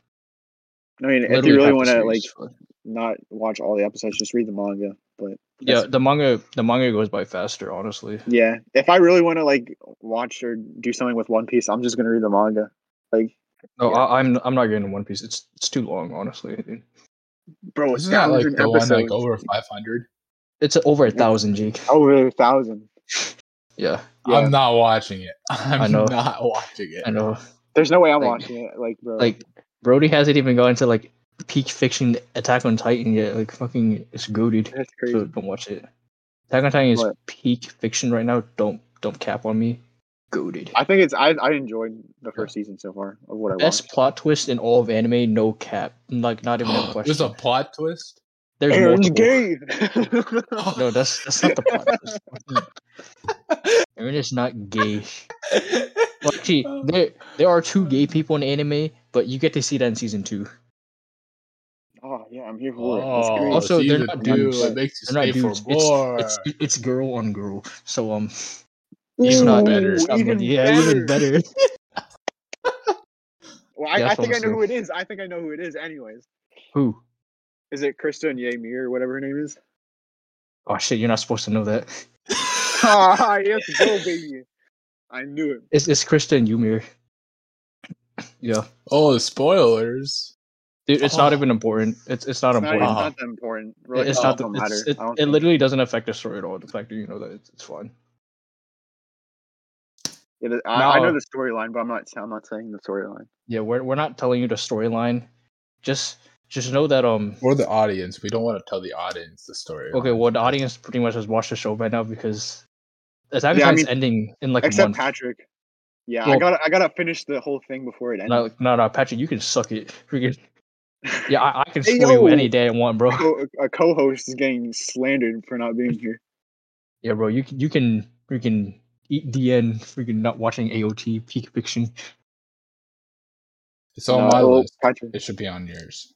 I mean, if Literally you really half the want to series like is filler. not watch all the episodes, just read the manga. But Yeah, that's- the manga the manga goes by faster, honestly. yeah. If I really want to like watch or do something with One Piece, I'm just gonna read the manga. Like, No, Yeah. I, I'm I'm not getting One Piece. It's it's too long, honestly. dude. bro, it's Isn't that like 1,000 the one like episodes. over five hundred? It's over a thousand, Jake. over a thousand. Yeah, Yeah. I'm not watching it. I'm I know. not watching it. I know. There's no way I'm Like- watching it. Like, bro, Like Brody hasn't even gone to like peak fiction Attack on Titan yet. Like fucking, it's goaded. that's crazy. So don't watch it. Attack on Titan is What? peak fiction right now. Don't don't cap on me. Goaded. I think it's I I enjoyed the first season so far of what I Best watched. plot twist in all of anime. No cap. Like not even a There's question. a plot twist. There's Aaron's multiple. gay. No, that's that's not the plot twist. Aaron is not gay. Well, actually, there there are two gay people in anime, but you get to see that in season two. oh yeah, I'm here for it. That's Oh, great. Also, they're season not two, dudes. It makes you They're stay not dudes. for more. It's, it's it's girl on girl. So um, Even not better. it's not Even many- yeah, even better. Well, I, I Yeah, that's what think I I'm know who it is. I think I know who it is. Anyways, Who? is it Krista and Yamir or whatever her name is? Oh shit, you're not supposed to know that. Ah, yes, go baby. I knew it. It's it's Krista and Ymir. Yeah, oh, spoilers! dude, it's not Oh. even important. It's it's not It's not, it's important. Uh-huh. not that important. Really, it's it not. The, don't it's, matter. it, I don't it think- literally doesn't affect the story at all. The fact that you know that it's, it's fine. it is- I, I know No. the storyline, but I'm not. I'm not saying the storyline. Yeah, we're we're not telling you the storyline. Just just know that um. For the audience, we don't want to tell the audience the story. Okay, well the audience pretty much has watched the show by now because Attack on Yeah, I Titan's mean, ending in like a Except month. Patrick. Yeah, I Well- gotta. I gotta finish the whole thing before it ends. No, no, no, uh, Patrick, you can suck it. Freaking, yeah, I, I can Hey, spoil you yo! any day I want, bro. co- a co-host is getting slandered for not being here. Yeah, bro, you can- you can freaking eat DN freaking not watching AOT peak fiction. it's on No, my well, list. Patrick. It should be on yours.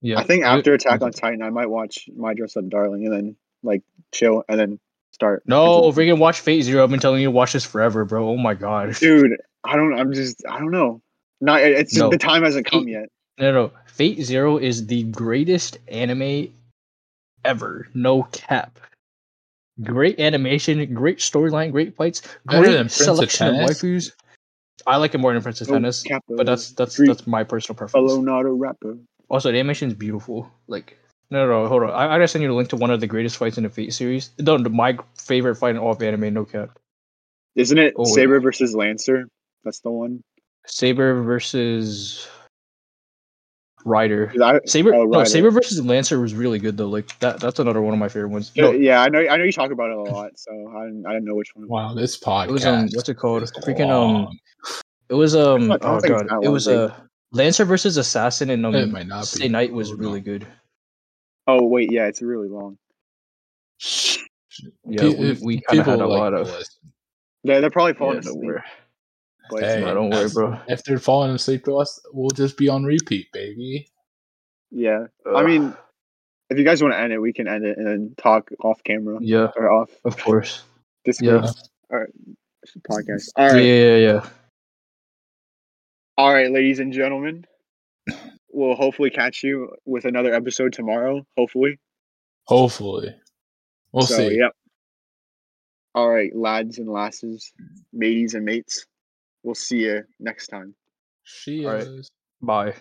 Yeah, Mm-hmm. I think you- after Attack on Titan, I might watch My Dress Up Darling and then like chill and then start. No, Virginia. freaking watch Fate Zero. I've been telling you to watch this forever, bro. Oh my god. dude, I don't. I'm just. I don't know. Not. it- It's No. the time hasn't come Hey. yet. No, no, Fate Zero is the greatest anime ever. No cap. Great animation, great storyline, great fights, Better great than Prince of selection of, Tennis? waifus. I like it more than Princess No Tennis, cap, but that's that's Street that's my personal preference. fellow not a rapper. Also, the animation's beautiful. Like, no, no, no, hold on. I, I gotta send you a link to one of the greatest fights in the Fate series. No, no, my favorite fight in all of anime, no cap. Isn't it Oh, Saber versus Lancer? That's the one. Saber versus Rider. 'Cause I- Saber, Oh, no, Rider. Saber versus Lancer was really good though. Like that, that's another one of my favorite ones. No, Yeah, I know. I know you talk about it a lot, so I didn't. I didn't know which one. Wow, this podcast. it was um, what's it called? is Freaking um, long. it was um, I oh don't think it's god, that it long, was dude. uh, Lancer versus Assassin and it um, might not Stay be. Night was Hold on. really good. Oh wait, yeah, it's really long. Yeah, we, If we kind of people had a like lot to of. listen. They're, they're probably falling Yeah, don't asleep. worry, but Hey. no, don't worry, that's- bro. If they're falling asleep to us, we'll just be on repeat, baby. yeah. I mean, if you guys want to end it, we can end it and then talk off camera yeah, or off of course. this Mm. Yeah. week's podcast. All right, Yeah, yeah, yeah. all right, ladies and gentlemen, we'll hopefully catch you with another episode tomorrow. Hopefully, Hopefully, we'll so, see. Yep. All right, lads and lasses, mateys and mates, we'll see you next time. She All right. is. Bye.